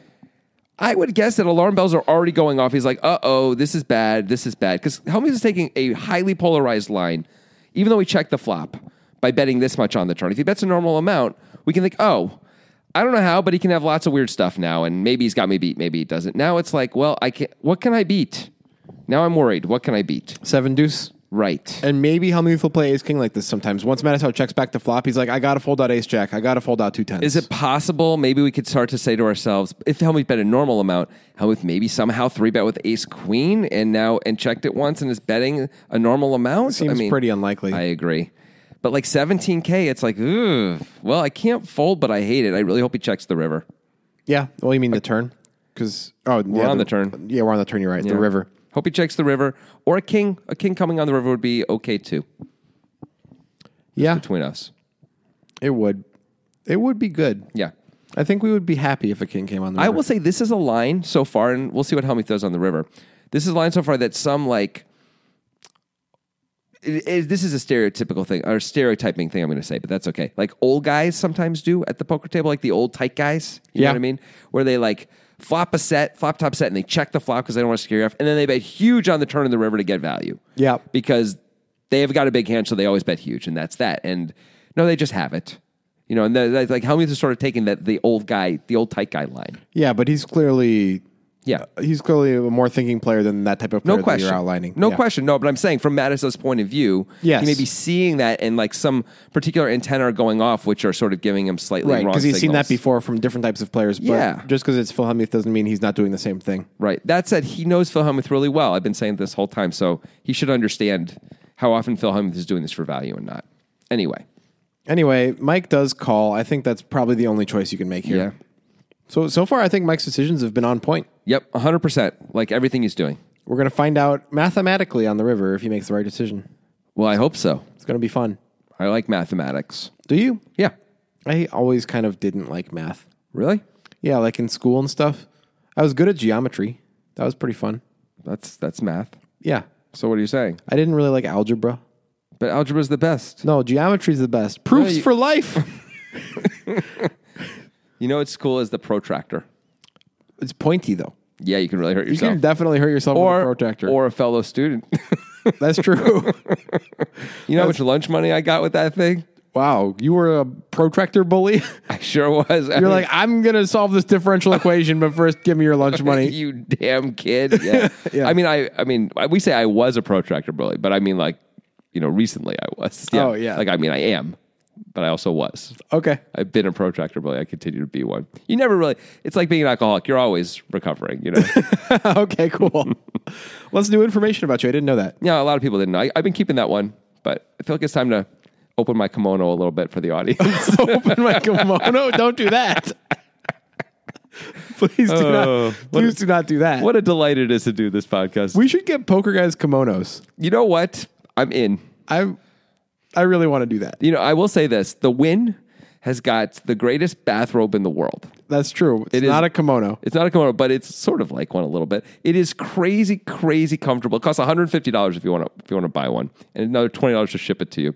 Speaker 1: I would guess that alarm bells are already going off. He's like, uh oh, this is bad. This is bad. Because Helmuth is taking a highly polarized line, even though we checked the flop by betting this much on the turn. If he bets a normal amount, we can think, oh, I don't know how, but he can have lots of weird stuff now. And maybe he's got me beat. Maybe he doesn't. Now it's like, well, I can what can I beat? Now I'm worried. What can I beat?
Speaker 2: Seven deuce.
Speaker 1: Right.
Speaker 2: And maybe Helmuth will play ace king like this sometimes. Once Mattisau checks back to flop, he's like, I got to fold out ace jack. I got to fold out two tens.
Speaker 1: Is it possible? Maybe we could start to say to ourselves, if Helmut bet a normal amount, Helmut maybe somehow three bet with Ace Queen, and now and checked it once and is betting a normal amount.
Speaker 2: Seems pretty unlikely.
Speaker 1: I agree, but like 17k, it's like, ugh, well, I can't fold, but I hate it. I really hope he checks the river.
Speaker 2: yeah. Well, you mean the turn? Because, oh, we're
Speaker 1: on the turn.
Speaker 2: Yeah, we're on the turn. You're right. The river.
Speaker 1: Hope he checks the river or a king. A king coming on the river would be okay too
Speaker 2: Yeah.
Speaker 1: between us.
Speaker 2: It would. It would be good.
Speaker 1: Yeah.
Speaker 2: I think we would be happy if a king came on the
Speaker 1: I
Speaker 2: river.
Speaker 1: will say this is a line so far, and we'll see what Helmuth does on the river. This is a line so far that some like. It, it- this is a stereotypical thing or stereotyping thing I'm going to say, but that's okay. Like old guys sometimes do at the poker table, like the old tight guys. You
Speaker 2: Yeah.
Speaker 1: know what I mean? Where they like flop a set, flop top set, and they check the flop because they don't want to scare you off, and then they bet huge on the turn in the river to get value.
Speaker 2: Yeah.
Speaker 1: because they have got a big hand, so they always bet huge, and that's that. And no, they just have it. You know, and the- that's like Helmuth is sort of taking that the old guy, the old tight guy line.
Speaker 2: Yeah, but he's clearly
Speaker 1: Yeah.
Speaker 2: he's clearly a more thinking player than that type of player
Speaker 1: No question.
Speaker 2: that you're outlining.
Speaker 1: No
Speaker 2: Yeah.
Speaker 1: question. No, but I'm saying from Mattis's point of view,
Speaker 2: Yes.
Speaker 1: he may be seeing that and like some particular antenna are going off, which are sort of giving him slightly
Speaker 2: Right,
Speaker 1: wrong.
Speaker 2: because he's seen that
Speaker 1: signals.
Speaker 2: before from different types of players. But
Speaker 1: Yeah.
Speaker 2: just because it's Phil Hellmuth doesn't mean he's not doing the same thing.
Speaker 1: Right. That said, he knows Phil Hellmuth really well. I've been saying this whole time, so he should understand how often Phil Hellmuth is doing this for value and not. Anyway,
Speaker 2: Anyway, Mike does call. I think that's probably the only choice you can make here.
Speaker 1: Yeah.
Speaker 2: So so far, I think Mike's decisions have been on point.
Speaker 1: yep, 100%. Like everything he's doing.
Speaker 2: We're gonna find out mathematically on the river if he makes the right decision.
Speaker 1: Well, I hope so.
Speaker 2: It's gonna be fun.
Speaker 1: I like mathematics.
Speaker 2: Do you?
Speaker 1: Yeah.
Speaker 2: I always kind of didn't like math.
Speaker 1: Really?
Speaker 2: Yeah, like in school and stuff. I was good at geometry. That was pretty fun.
Speaker 1: That's that's math.
Speaker 2: Yeah.
Speaker 1: So what are you saying?
Speaker 2: I didn't really like algebra.
Speaker 1: But algebra's the best.
Speaker 2: No, geometry's the best. Proofs
Speaker 1: you-
Speaker 2: for life.
Speaker 1: You know what's cool is the protractor.
Speaker 2: it's pointy though.
Speaker 1: Yeah, you can really hurt
Speaker 2: You
Speaker 1: yourself.
Speaker 2: can definitely hurt yourself with a
Speaker 1: or
Speaker 2: protractor.
Speaker 1: or a fellow student.
Speaker 2: That's true.
Speaker 1: you know how much lunch money I got with that thing?
Speaker 2: wow, you were a protractor bully.
Speaker 1: I sure was.
Speaker 2: You're like, I'm gonna solve this differential equation, but first give me your lunch money.
Speaker 1: you damn kid. Yeah.
Speaker 2: Yeah.
Speaker 1: I mean, I, I mean, we say I was a protractor bully, but I mean, like, you know, recently I was.
Speaker 2: Oh, yeah.
Speaker 1: Like, I mean, I am, but I also was.
Speaker 2: Okay.
Speaker 1: I've been a protractor bully. I continue to be one. You never really. It's like being an alcoholic. You're always recovering. You know.
Speaker 2: okay, cool. Let's do information about you. I didn't know that.
Speaker 1: yeah. A lot of people didn't. know. I, I've been keeping that one, but I feel like it's time to open my kimono a little bit for the audience.
Speaker 2: Open my kimono. Don't do that. please do
Speaker 1: Oh,
Speaker 2: not. Please do not do that.
Speaker 1: what a delight it is to do this podcast.
Speaker 2: we should get poker guys kimonos.
Speaker 1: you know what? I'm in.
Speaker 2: I, I really want to do that.
Speaker 1: You know, I will say this: the win has got the greatest bathrobe in the world.
Speaker 2: That's true. It's
Speaker 1: is-
Speaker 2: not a kimono.
Speaker 1: It's not a kimono, but it's sort of like one a little bit. It is crazy, crazy comfortable. It costs one hundred fifty dollars if you want to if you want to buy one, and another twenty dollars to ship it to you.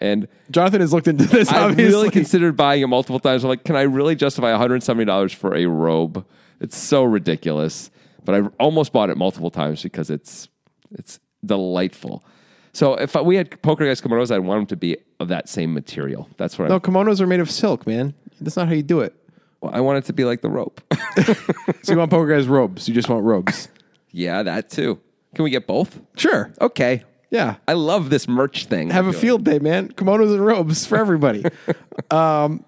Speaker 1: And
Speaker 2: Jonathan has looked into this.
Speaker 1: I
Speaker 2: obviously,
Speaker 1: really considered buying it multiple times. I'm like, can I really justify one hundred seventy dollars for a robe? It's so ridiculous. But I almost bought it multiple times because it's it's delightful. So if I, we had poker guys kimonos, I'd want them to be of that same material. That's what
Speaker 2: no kimonos are made of silk, man. That's not how you do it.
Speaker 1: I, I want it to be like the rope.
Speaker 2: So you want poker guys robes? You just want robes?
Speaker 1: yeah, that too. Can we get both?
Speaker 2: sure.
Speaker 1: Okay.
Speaker 2: Yeah.
Speaker 1: I love this merch thing.
Speaker 2: Have
Speaker 1: we're
Speaker 2: a
Speaker 1: doing.
Speaker 2: field day, man. Kimonos and robes for everybody. um,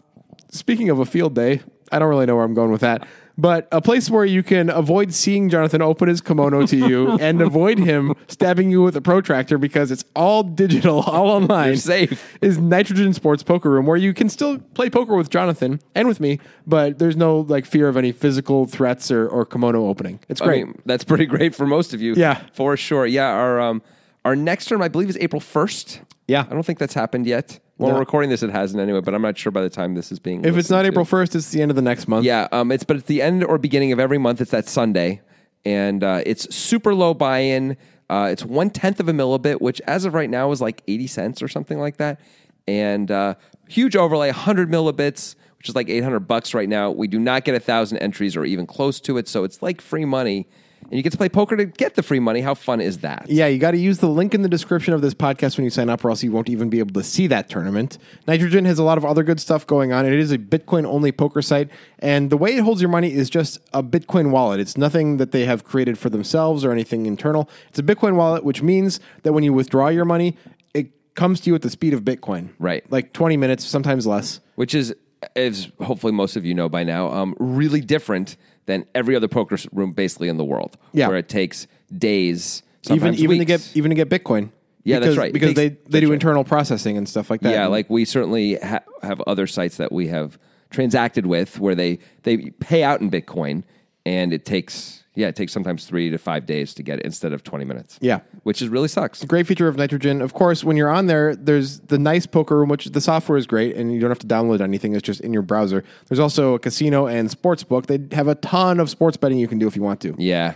Speaker 2: speaking of a field day, I don't really know where I'm going with that, but a place where you can avoid seeing Jonathan open his kimono to you and avoid him stabbing you with a protractor because it's all digital, all online.
Speaker 1: safe.
Speaker 2: Is Nitrogen Sports Poker Room where you can still play poker with Jonathan and with me, but there's no like fear of any physical threats or, or kimono opening. It's
Speaker 1: I
Speaker 2: great.
Speaker 1: mean, that's pretty great for most of you.
Speaker 2: Yeah.
Speaker 1: For sure. Yeah. Our um our next term I believe is April first.
Speaker 2: Yeah.
Speaker 1: I don't think that's happened yet. When
Speaker 2: No.
Speaker 1: we're recording this, it hasn't anyway, but I'm not sure by the time this is being
Speaker 2: if it's
Speaker 1: listened
Speaker 2: not
Speaker 1: to.
Speaker 2: April 1st, it's the end of the next month.
Speaker 1: Yeah, um, it's but it's the end or beginning of every month. It's that Sunday, and uh, it's super low buy-in. Uh, it's one tenth of a millibit, which as of right now is like eighty cents or something like that, and uh, huge overlay, hundred millibits, which is like eight hundred bucks right now. We do not get a thousand entries or even close to it, so it's like free money, and you get to play poker to get the free money. How fun is that?
Speaker 2: Yeah, you got to use the link in the description of this podcast when you sign up, or else you won't even be able to see that tournament. Nitrogen has a lot of other good stuff going on. It is a Bitcoin only poker site, and the way it holds your money is just a Bitcoin wallet. It's nothing that they have created for themselves or anything internal. It's a Bitcoin wallet, which means that when you withdraw your money, it comes to you at the speed of Bitcoin.
Speaker 1: Right.
Speaker 2: Like 20 minutes, sometimes less.
Speaker 1: which is, as hopefully most of you know by now, um, really different than every other poker s- room basically in the world.
Speaker 2: Yeah.
Speaker 1: where it takes days,
Speaker 2: Even
Speaker 1: sometimes
Speaker 2: even to
Speaker 1: weeks.
Speaker 2: get even to get Bitcoin.
Speaker 1: Yeah, that's
Speaker 2: Because-
Speaker 1: right. It
Speaker 2: Because
Speaker 1: takes-
Speaker 2: they, they
Speaker 1: that's
Speaker 2: do
Speaker 1: right.
Speaker 2: internal processing and stuff like that.
Speaker 1: Yeah, like we certainly ha- have other sites that we have transacted with where they they pay out in Bitcoin, and it takes yeah it takes sometimes three to five days to get it instead of twenty minutes.
Speaker 2: Yeah.
Speaker 1: which is really sucks.
Speaker 2: great feature of Nitrogen. Of course, when you're on there, there's the nice poker room, which the software is great, and you don't have to download anything. It's just in your browser. There's also a casino and sports book. They have a ton of sports betting you can do if you want to.
Speaker 1: Yeah,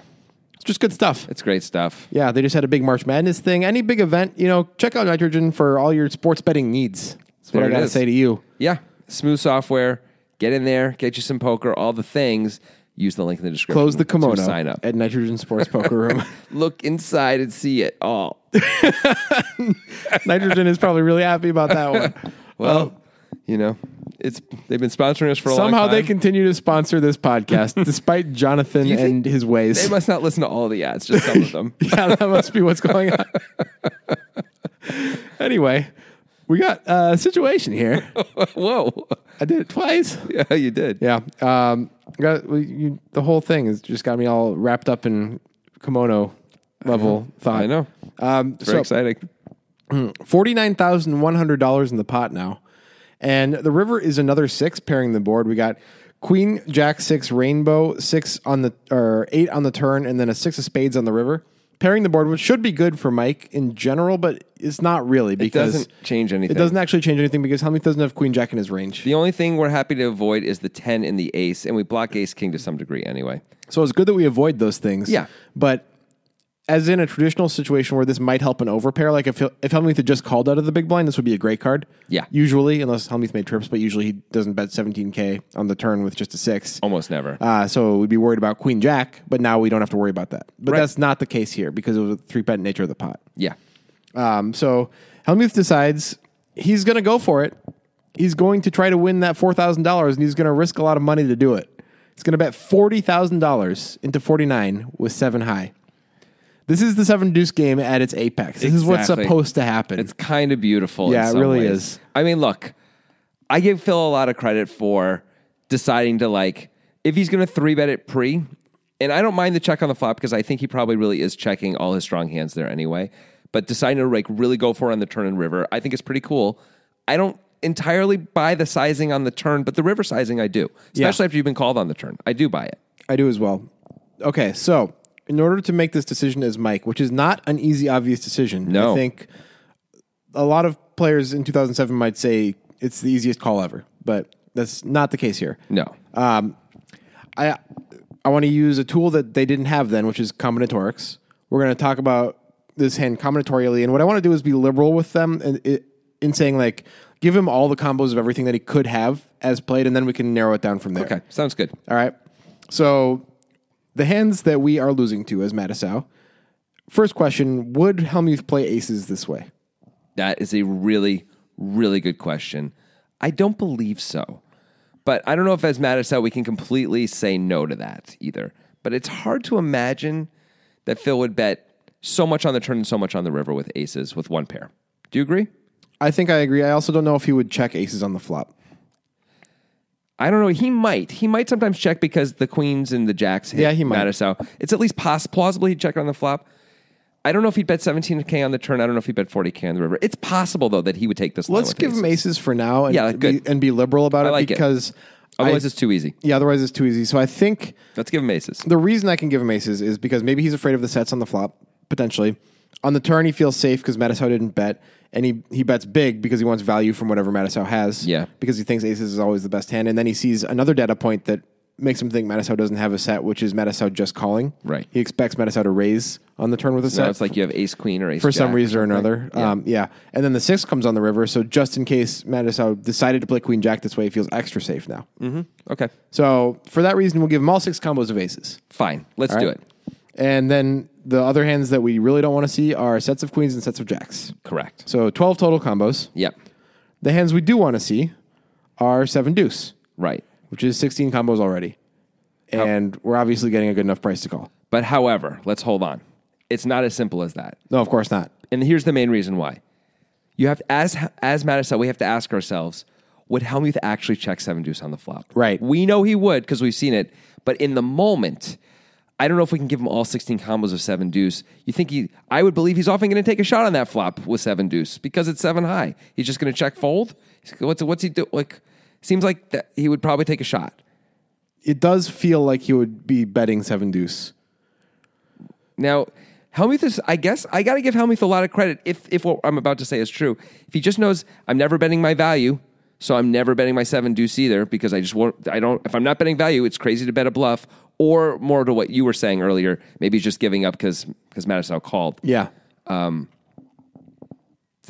Speaker 2: It's just good stuff.
Speaker 1: it's great stuff.
Speaker 2: Yeah, they just had a big March Madness thing. Any big event, you know, check out Nitrogen for all your sports betting needs. That's what
Speaker 1: There
Speaker 2: I
Speaker 1: it
Speaker 2: got to
Speaker 1: is.
Speaker 2: say to you.
Speaker 1: Yeah, smooth software. Get in there, get you some poker, all the things. Use the link in the description.
Speaker 2: Close the
Speaker 1: to
Speaker 2: kimono
Speaker 1: Sign up.
Speaker 2: at Nitrogen Sports Poker Room.
Speaker 1: Look inside and see it all.
Speaker 2: Nitrogen is probably really happy about that one.
Speaker 1: Well, you know, it's they've been sponsoring us for a long
Speaker 2: Somehow they
Speaker 1: time.
Speaker 2: continue to sponsor this podcast despite Jonathan
Speaker 1: you
Speaker 2: and
Speaker 1: think
Speaker 2: his ways.
Speaker 1: They must not listen to all the ads, just some of them.
Speaker 2: yeah, that must be what's going on. anyway, we got a situation here.
Speaker 1: Whoa.
Speaker 2: I did it twice.
Speaker 1: Yeah, you did.
Speaker 2: Yeah. Um, got, well, you, the whole thing has just got me all wrapped up in kimono level thought.
Speaker 1: I know.
Speaker 2: Um,
Speaker 1: Very
Speaker 2: so
Speaker 1: exciting.
Speaker 2: $49,100 in the pot now. And the river is another six pairing the board. We got queen, jack, six, rainbow, six on the, or eight on the turn, and then a six of spades on the river. Pairing the board, which should be good for Mike in general, but it's not really because
Speaker 1: doesn't change anything.
Speaker 2: It doesn't actually change anything because Helmuth doesn't have queen, jack in his range.
Speaker 1: The only thing we're happy to avoid is the 10 and the ace, and we block ace king to some degree anyway.
Speaker 2: So it's good that we avoid those things.
Speaker 1: Yeah.
Speaker 2: But as in a traditional situation where this might help an overpair, like if if Helmuth had just called out of the big blind, this would be a great card.
Speaker 1: Yeah.
Speaker 2: Usually, unless Helmuth made trips, but usually he doesn't bet 17K on the turn with just a six.
Speaker 1: Almost never.
Speaker 2: Uh, so we'd be worried about Queen Jack, but now we don't have to worry about that. But
Speaker 1: Right.
Speaker 2: that's not the case here because of the three bet nature of the pot.
Speaker 1: yeah.
Speaker 2: Um, so Helmuth decides he's going to go for it. He's going to try to win that four thousand dollars, and he's going to risk a lot of money to do it. He's going to bet forty thousand dollars into forty nine with seven high. This is the seven deuce game at its apex. This is what's
Speaker 1: Exactly.
Speaker 2: supposed to happen.
Speaker 1: It's kind of beautiful.
Speaker 2: Yeah,
Speaker 1: in
Speaker 2: it
Speaker 1: some
Speaker 2: really
Speaker 1: ways.
Speaker 2: is.
Speaker 1: I mean, look, I give Phil a lot of credit for deciding to like if he's going to three bet it pre, and I don't mind the check on the flop because I think he probably really is checking all his strong hands there anyway. But deciding to like really go for it on the turn and river, I think is pretty cool. I don't entirely buy the sizing on the turn, but the river sizing I do, especially after you've been called on the turn. I do buy it.
Speaker 2: I do as well. Okay, so in order to make this decision as Mike, which is not an easy, obvious decision,
Speaker 1: No.
Speaker 2: I think a lot of players in 2007 might say it's the easiest call ever, but that's not the case here.
Speaker 1: No,
Speaker 2: Uh, I I want to use a tool that they didn't have then, which is combinatorics. We're going to talk about this hand combinatorially, and what I want to do is be liberal with them and it, in saying like give him all the combos of everything that he could have as played, and then we can narrow it down from there.
Speaker 1: okay, sounds good.
Speaker 2: All right. So the hands that we are losing to as Mattisau. First question: Would Helmuth play aces this way?
Speaker 1: That is a really, really good question. I don't believe so. But I don't know if as Matt said, we can completely say no to that either. But it's hard to imagine that Phil would bet so much on the turn and so much on the river with aces with one pair. Do you agree?
Speaker 2: I think I agree. I also don't know if he would check aces on the flop.
Speaker 1: I don't know. He might. He might sometimes check because the queens and the jacks hit
Speaker 2: Yeah, he might.
Speaker 1: Mattisau. It's at least poss- plausible he'd check on the flop. I don't know if he'd bet 17K on the turn. I don't know if he bet 40K on the river. It's possible, though, that he would take this line
Speaker 2: Let's
Speaker 1: with
Speaker 2: give
Speaker 1: aces.
Speaker 2: him aces for now and,
Speaker 1: Yeah,
Speaker 2: be,
Speaker 1: good.
Speaker 2: and be liberal about it
Speaker 1: like it.
Speaker 2: because
Speaker 1: Otherwise,
Speaker 2: I-
Speaker 1: it's too easy.
Speaker 2: yeah, otherwise it's too easy. So I think
Speaker 1: Let's give him aces.
Speaker 2: the reason I can give him aces is because maybe he's afraid of the sets on the flop potentially. On the turn, he feels safe because Mattisau didn't bet, and he, he bets big because he wants value from whatever Mattisau has.
Speaker 1: Yeah.
Speaker 2: because he thinks aces is always the best hand, and then he sees another data point that makes him think Mattisau doesn't have a set, which is Mattisau just calling.
Speaker 1: Right.
Speaker 2: he expects Mattisau to raise on the turn with a set
Speaker 1: Now it's like you have ace queen or ace
Speaker 2: for some reason or another. Yeah. Um, yeah, and then the six comes on the river, so just in case Mattisau decided to play queen jack this way, he feels extra safe now.
Speaker 1: Okay,
Speaker 2: So for that reason, we'll give him all six combos of aces.
Speaker 1: fine. Let's
Speaker 2: All
Speaker 1: do
Speaker 2: right?
Speaker 1: it.
Speaker 2: And then the other hands that we really don't want to see are sets of queens and sets of jacks.
Speaker 1: Correct.
Speaker 2: So 12 total combos.
Speaker 1: Yep.
Speaker 2: The hands we do want to see are seven deuce,
Speaker 1: Right.
Speaker 2: which is 16 combos already. And we're obviously getting a good enough price to call.
Speaker 1: But however, let's hold on. It's not as simple as that.
Speaker 2: No, of course not.
Speaker 1: And here's the main reason why. You have as as Matt said, we have to ask ourselves: Would Helmuth actually check seven deuce on the flop?
Speaker 2: Right.
Speaker 1: We know he would because we've seen it. But in the moment, I don't know if we can give him all sixteen combos of seven deuce. You think he? I would believe he's often going to take a shot on that flop with seven deuce because it's seven high. He's just going to check fold. He's- What's what's he do? Like, seems like that he would probably take a shot.
Speaker 2: It does feel like he would be betting seven deuce.
Speaker 1: Now, Helmuth is, I guess, I got to give Helmuth a lot of credit if, if what I'm about to say is true. If he just knows I'm never betting my value, so I'm never betting my seven deuce either because I just won't, I don't, if I'm not betting value, it's crazy to bet a bluff or more to what you were saying earlier. Maybe he's just giving up because Mattisau called.
Speaker 2: Yeah.
Speaker 1: So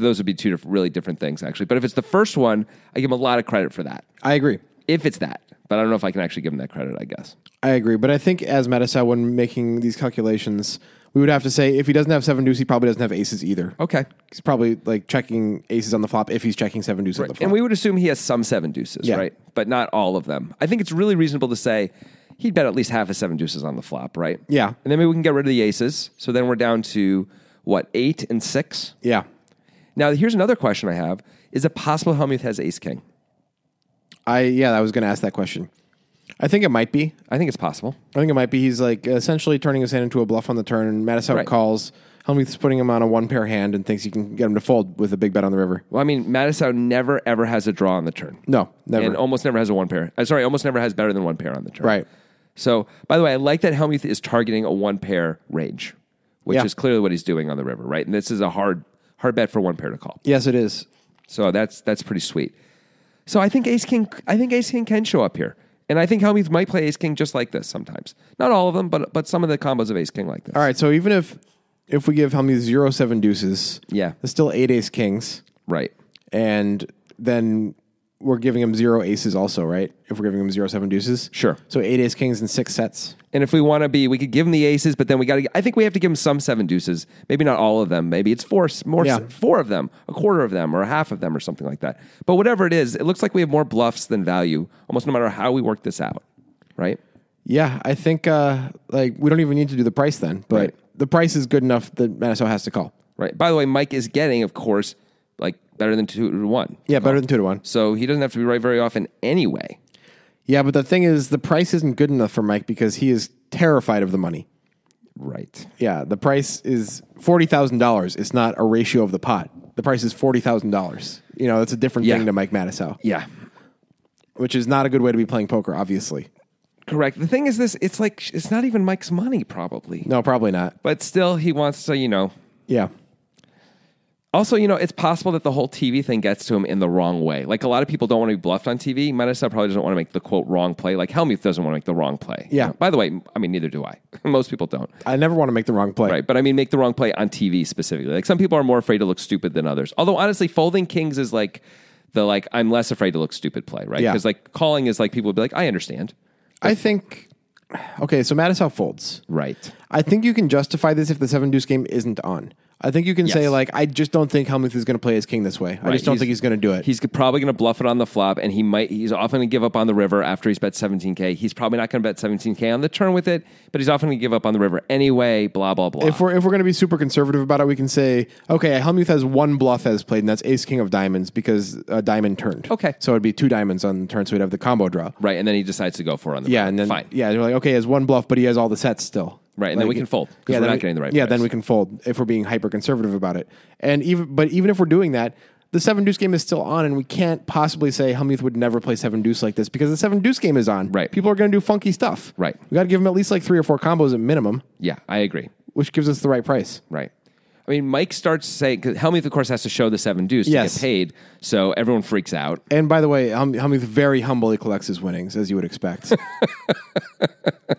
Speaker 1: those would be two diff- really different things, actually. But if it's the first one, I give him a lot of credit for that.
Speaker 2: I agree.
Speaker 1: If it's that, but I don't know if I can actually give him that credit, I guess.
Speaker 2: I agree. But I think as Mattisau, when making these calculations, we would have to say if he doesn't have seven deuce, he probably doesn't have aces either.
Speaker 1: Okay.
Speaker 2: He's probably like checking aces on the flop if he's checking seven deuce on the flop.
Speaker 1: And we would assume he has some seven deuces,
Speaker 2: Yeah.
Speaker 1: right? But not all of them. I think it's really reasonable to say he'd bet at least half his seven deuces on the flop, right?
Speaker 2: Yeah.
Speaker 1: And then maybe we can get rid of the aces. So then we're down to what, eight and six?
Speaker 2: yeah,
Speaker 1: Now, here's another question I have Is it possible Helmuth has ace king?
Speaker 2: I yeah, I was going to ask that question. I think it might be.
Speaker 1: I think it's possible.
Speaker 2: I think it might be. He's like essentially turning his hand into a bluff on the turn. Mattisau
Speaker 1: Right.
Speaker 2: calls. Helmuth's putting him on a one pair hand and thinks he can get him to fold with a big bet on the river.
Speaker 1: Well, I mean, Mattisau never, ever has a draw on the turn.
Speaker 2: No, never.
Speaker 1: And almost never has a one pair. I'm sorry, almost never has better than one pair on the turn.
Speaker 2: Right.
Speaker 1: So, by the way, I like that Helmuth is targeting a one pair range, which
Speaker 2: Yeah.
Speaker 1: is clearly what he's doing on the river, right? And this is a hard, hard bet for one pair to call.
Speaker 2: yes, it is.
Speaker 1: So that's that's pretty sweet. So I think Ace King, I think Ace King can show up here, and I think Helmuth might play Ace King just like this sometimes. Not all of them, but but some of the combos of Ace King like this.
Speaker 2: All right. So even if if we give Helmuth zero seven deuces,
Speaker 1: Yeah.
Speaker 2: it's still eight ace kings,
Speaker 1: right.
Speaker 2: and then we're giving him zero aces also, right? If we're giving him zero seven deuces,
Speaker 1: Sure.
Speaker 2: So eight ace kings in six sets.
Speaker 1: And if we want to be, we could give him the aces, but then we got to. I think we have to give him some seven deuces. Maybe not all of them. Maybe it's four, s- more,
Speaker 2: Yeah.
Speaker 1: s- four of them, a quarter of them, or a half of them, or something like that. But whatever it is, it looks like we have more bluffs than value, almost no matter how we work this out, right?
Speaker 2: Yeah, I think uh, like we don't even need to do the price then, but
Speaker 1: Right.
Speaker 2: the price is good enough that Manasau has to call.
Speaker 1: Right. By the way, Mike is getting, of course, like better than two to one.
Speaker 2: Yeah, better than two to one.
Speaker 1: So he doesn't have to be right very often anyway.
Speaker 2: Yeah, but the thing is, the price isn't good enough for Mike because he is terrified of the money.
Speaker 1: Right.
Speaker 2: Yeah, the price is forty thousand dollars. It's not a ratio of the pot. The price is forty thousand dollars. You know, that's a different
Speaker 1: Yeah.
Speaker 2: thing to Mike Mattisau,
Speaker 1: Yeah.
Speaker 2: which is not a good way to be playing poker. Obviously,
Speaker 1: Correct. The thing is, this it's like it's not even Mike's money, probably.
Speaker 2: no, probably not.
Speaker 1: But still, he wants to, you know,
Speaker 2: Yeah,
Speaker 1: Also, you know, it's possible that the whole TV thing gets to him in the wrong way. Like a lot of people don't want to be bluffed on TV. Medicine probably doesn't want to make the quote wrong play. Like Helmuth doesn't want to make the wrong play.
Speaker 2: Yeah.
Speaker 1: You know, By the way, I mean neither do I. Most people don't.
Speaker 2: I never want to make the wrong play.
Speaker 1: Right. But I mean make the wrong play on TV specifically. Like some people are more afraid to look stupid than others. Although honestly, folding kings is like the like I'm less afraid to look stupid play, right?
Speaker 2: Yeah.
Speaker 1: Because like calling is like people would be like, I understand.
Speaker 2: I think. Okay, so Mattisau folds.
Speaker 1: Right.
Speaker 2: I think you can justify this if the seven deuce game isn't on. I think you can say
Speaker 1: Yes.
Speaker 2: like, I just don't think Helmuth is going to play his king this way. I just don't think he's going to do it.
Speaker 1: He's probably going to bluff it on the flop, and he might. He's often going to give up on the river after he's bet 17k. He's probably not going to bet 17k on the turn with it, but he's often going to give up on the river anyway. Blah blah blah.
Speaker 2: if we're if we're going to be super conservative about it, we can say, okay, Helmuth has one bluff that is played, and that's ace king of diamonds because a diamond turned.
Speaker 1: Okay.
Speaker 2: so it'd be two diamonds on the turn, so we'd have the combo draw.
Speaker 1: right, and then he decides to go for it on the
Speaker 2: Yeah,
Speaker 1: river.
Speaker 2: and then
Speaker 1: fine.
Speaker 2: yeah, you're like, okay, he has one bluff, but he has all the sets still.
Speaker 1: Right, and then
Speaker 2: Like,
Speaker 1: we can fold, 'cause we're
Speaker 2: then
Speaker 1: not
Speaker 2: we-
Speaker 1: getting the right
Speaker 2: Yeah,
Speaker 1: price.
Speaker 2: then we can fold if we're being hyper conservative about it. And even but even if we're doing that, the seven deuce game is still on, and we can't possibly say Helmuth would never play seven deuce like this because the seven deuce game is on.
Speaker 1: Right.
Speaker 2: people are going to do funky stuff.
Speaker 1: Right.
Speaker 2: we got to give him at least like three or four combos at minimum,
Speaker 1: Yeah, I agree.
Speaker 2: which gives us the right price.
Speaker 1: Right. I mean, Mike starts saying because Helmuth, of course, has to show the seven deuce
Speaker 2: Yes.
Speaker 1: to get paid, so everyone freaks out.
Speaker 2: And by the way, Hel- Helmuth very humbly collects his winnings, as you would expect.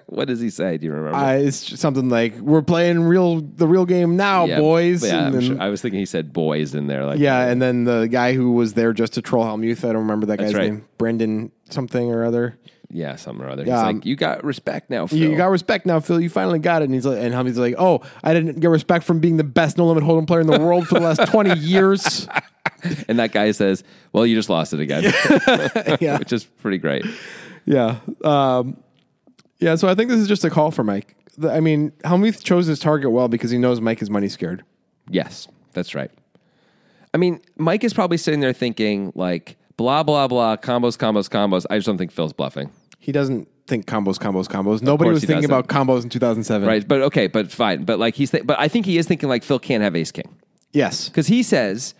Speaker 1: What does he say? Do you remember?
Speaker 2: uh, it's just something like we're playing real the real game now,
Speaker 1: Yeah,
Speaker 2: boys.
Speaker 1: Yeah,
Speaker 2: and
Speaker 1: I'm
Speaker 2: then-
Speaker 1: sure- I was thinking he said boys in there. Like
Speaker 2: Yeah, and then the guy who was there just to troll Helmuth, I don't remember that guy's
Speaker 1: right.
Speaker 2: name, Brendan something or other.
Speaker 1: yeah, something or other. He's
Speaker 2: Um,
Speaker 1: like, you got respect now. Phil.
Speaker 2: You, you got respect now, Phil. You finally got it. And he's like, and Helmuth's like, oh, I didn't get respect from being the best no limit hold'em player in the world for the last twenty years.
Speaker 1: And that guy says, "Well, you just lost it again,"
Speaker 2: Yeah.
Speaker 1: which is pretty great.
Speaker 2: Yeah, um, yeah. So I think this is just a call for Mike. The- I mean, Helmuth chose his target well because he knows Mike is money scared.
Speaker 1: Yes, that's right. I mean, Mike is probably sitting there thinking like, "Blah blah blah, combos, combos, combos." I just don't think Phil's bluffing,
Speaker 2: He doesn't think combos, combos, combos. Nobody
Speaker 1: course
Speaker 2: was
Speaker 1: he
Speaker 2: thinking
Speaker 1: doesn't.
Speaker 2: about combos in two thousand seven.
Speaker 1: right? But okay, but fine. But like he's, th- but I think he is thinking like Phil can't have Ace King
Speaker 2: Yes.
Speaker 1: because he says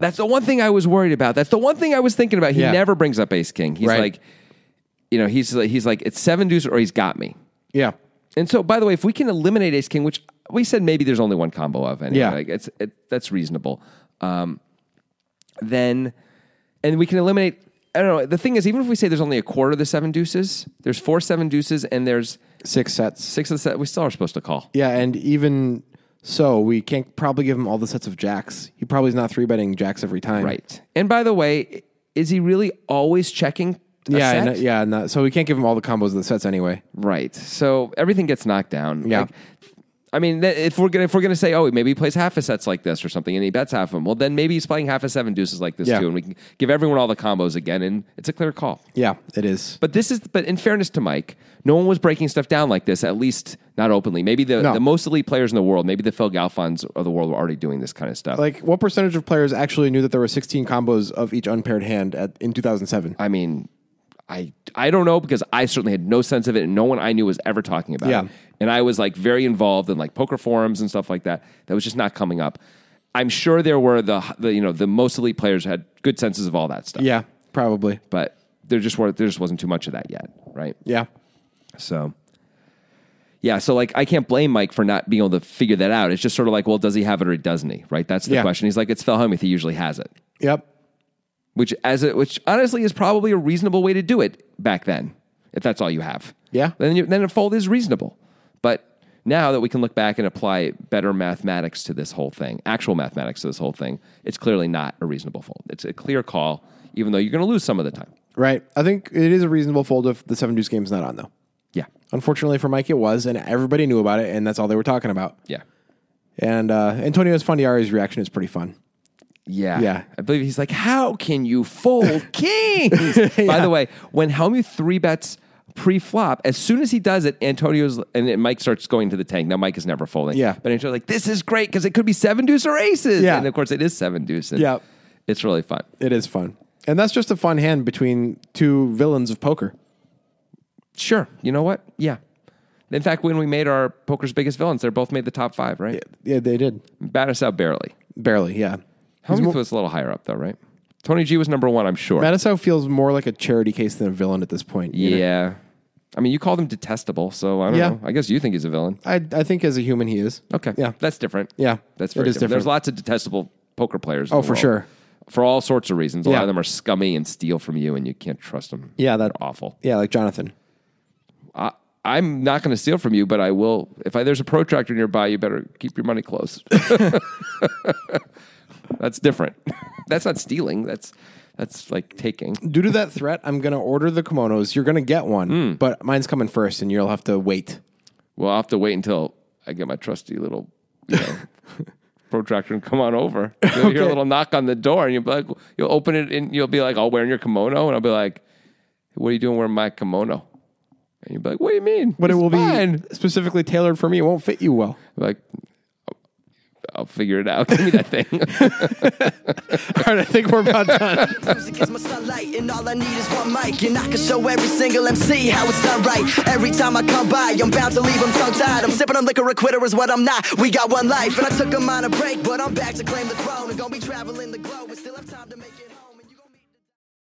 Speaker 1: that's the one thing I was worried about. That's the one thing I was thinking about. He
Speaker 2: Yeah.
Speaker 1: never brings up Ace King. He's
Speaker 2: Right.
Speaker 1: like, you know, he's like, he's like, it's seven deuce or he's got me.
Speaker 2: Yeah.
Speaker 1: And so, by the way, if we can eliminate Ace King, which we said maybe there's only one combo of, anyway,
Speaker 2: Yeah.
Speaker 1: like it's it, that's reasonable. Um, then, and we can eliminate. I don't know. The thing is, even if we say there's only a quarter of the seven deuces, there's four seven deuces, and there's
Speaker 2: Six sets.
Speaker 1: six of the set. We still are supposed to call.
Speaker 2: Yeah, and even so, we can't probably give him all the sets of jacks. He probably is not three betting jacks every time.
Speaker 1: Right. And by the way, is he really always checking? a
Speaker 2: Yeah,
Speaker 1: set?
Speaker 2: and, uh, yeah. Not, so we can't give him all the combos of the sets anyway.
Speaker 1: Right. So everything gets knocked down.
Speaker 2: Yeah.
Speaker 1: Like, I mean, th- if we're gonna if we're gonna say, oh, maybe he plays half his sets like this or something, and he bets half of them, well, then maybe he's playing half of seven deuces like this
Speaker 2: Yeah.
Speaker 1: too, and we can give everyone all the combos again, and it's a clear call.
Speaker 2: Yeah, it is.
Speaker 1: But this is, but in fairness to Mike, no one was breaking stuff down like this, at least not openly. Maybe the,
Speaker 2: No.
Speaker 1: the most elite players in the world, maybe the Phil Galfons of the world were already doing this kind of stuff.
Speaker 2: Like, what percentage of players actually knew that there were 16 combos of each unpaired hand at, in 2007?
Speaker 1: I mean, I I don't know because I certainly had no sense of it, and no one I knew was ever talking about
Speaker 2: Yeah.
Speaker 1: it. And I was like very involved in like poker forums and stuff like that. That was just not coming up. I'm sure there were the, the you know the most elite players had good senses of all that stuff.
Speaker 2: Yeah, probably.
Speaker 1: but there just were there just wasn't too much of that yet, right?
Speaker 2: Yeah.
Speaker 1: So. Yeah, so like I can't blame Mike for not being able to figure that out. It's just sort of like, well, does he have it or doesn't he? Right? That's the
Speaker 2: Yeah.
Speaker 1: question. He's like, it's Phil Hellmuth. He usually has it,
Speaker 2: Yep.
Speaker 1: which as it, which honestly is probably a reasonable way to do it back then, if that's all you have.
Speaker 2: Yeah.
Speaker 1: Then you, then a fold is reasonable, but now that we can look back and apply better mathematics to this whole thing, actual mathematics to this whole thing, it's clearly not a reasonable fold. It's a clear call, even though you're going to lose some of the time.
Speaker 2: Right. I think it is a reasonable fold if the seven deuce game's not on though.
Speaker 1: Yeah,
Speaker 2: Unfortunately for Mike, it was, and everybody knew about it, and that's all they were talking about.
Speaker 1: yeah,
Speaker 2: And uh, Antonio's Fundiari's reaction is pretty fun.
Speaker 1: yeah,
Speaker 2: Yeah.
Speaker 1: I believe he's like, "How can you fold kings?" By the way, when Helmuth three bets pre-flop, as soon as he does it, Antonio's and then Mike starts going to the tank. Now Mike is never folding.
Speaker 2: Yeah.
Speaker 1: but Antonio's like, "This is great because it could be seven deuce or aces."
Speaker 2: Yeah.
Speaker 1: and of course it is seven deuce. and
Speaker 2: Yeah.
Speaker 1: it's really fun.
Speaker 2: It is fun. And that's just a fun hand between two villains of poker.
Speaker 1: Sure. You know what? Yeah. In fact, when we made our poker's biggest villains, they both made the top five, right?
Speaker 2: Yeah, they did.
Speaker 1: Battis out barely.
Speaker 2: Barely, yeah.
Speaker 1: Helmuth was a little higher up, though, right? Tony G was number one, I'm sure.
Speaker 2: Mattisau feels more like a charity case than a villain at this point. you know?
Speaker 1: yeah. I mean, you call them detestable, so I don't
Speaker 2: Yeah.
Speaker 1: know. I guess you think he's a villain.
Speaker 2: I, I think as a human, he is.
Speaker 1: Okay.
Speaker 2: Yeah.
Speaker 1: That's different.
Speaker 2: Yeah.
Speaker 1: That's
Speaker 2: It
Speaker 1: very
Speaker 2: is
Speaker 1: different. There's
Speaker 2: different.
Speaker 1: lots of detestable poker players. in
Speaker 2: Oh,
Speaker 1: the
Speaker 2: for
Speaker 1: world.
Speaker 2: sure.
Speaker 1: For all sorts of reasons. A
Speaker 2: Yeah.
Speaker 1: lot of them are scummy and steal from you, and you can't trust them.
Speaker 2: Yeah, that-
Speaker 1: They're awful.
Speaker 2: Yeah, like Jonathan.
Speaker 1: I, I'm not going to steal from you, but I will. If I, there's a protractor nearby, you better keep your money close. that's different. That's not stealing. That's that's like taking.
Speaker 2: Due to that threat, I'm going to order the kimonos. You're going to get one, but mine's coming first, and you'll have to wait.
Speaker 1: Well, I'll have to wait until I get my trusty little you know, protractor and come on over. You'll hear a
Speaker 2: Okay.
Speaker 1: little knock on the door, and you'll be like, you'll open it, and you'll be like, "I'll wear your kimono," and I'll be like, "What are you doing wearing my kimono?" And you'll be like, "What do you mean?"
Speaker 2: But
Speaker 1: It's
Speaker 2: it will
Speaker 1: mine."
Speaker 2: be specifically tailored for me. It won't fit you well.
Speaker 1: like. I'll figure it out. Give me that thing.
Speaker 2: All right, I think we're about done.
Speaker 3: Music is my sunlight, and all I need is one mic. And I can show every single MC how it's done right. Every time I come by, I'm bound to leave them tongue tied. I'm sipping on liquor, a quitter is what I'm not. We got one life, and I took a minor break, but I'm back to claim the throne. And gonna be traveling the globe, and still have time to make.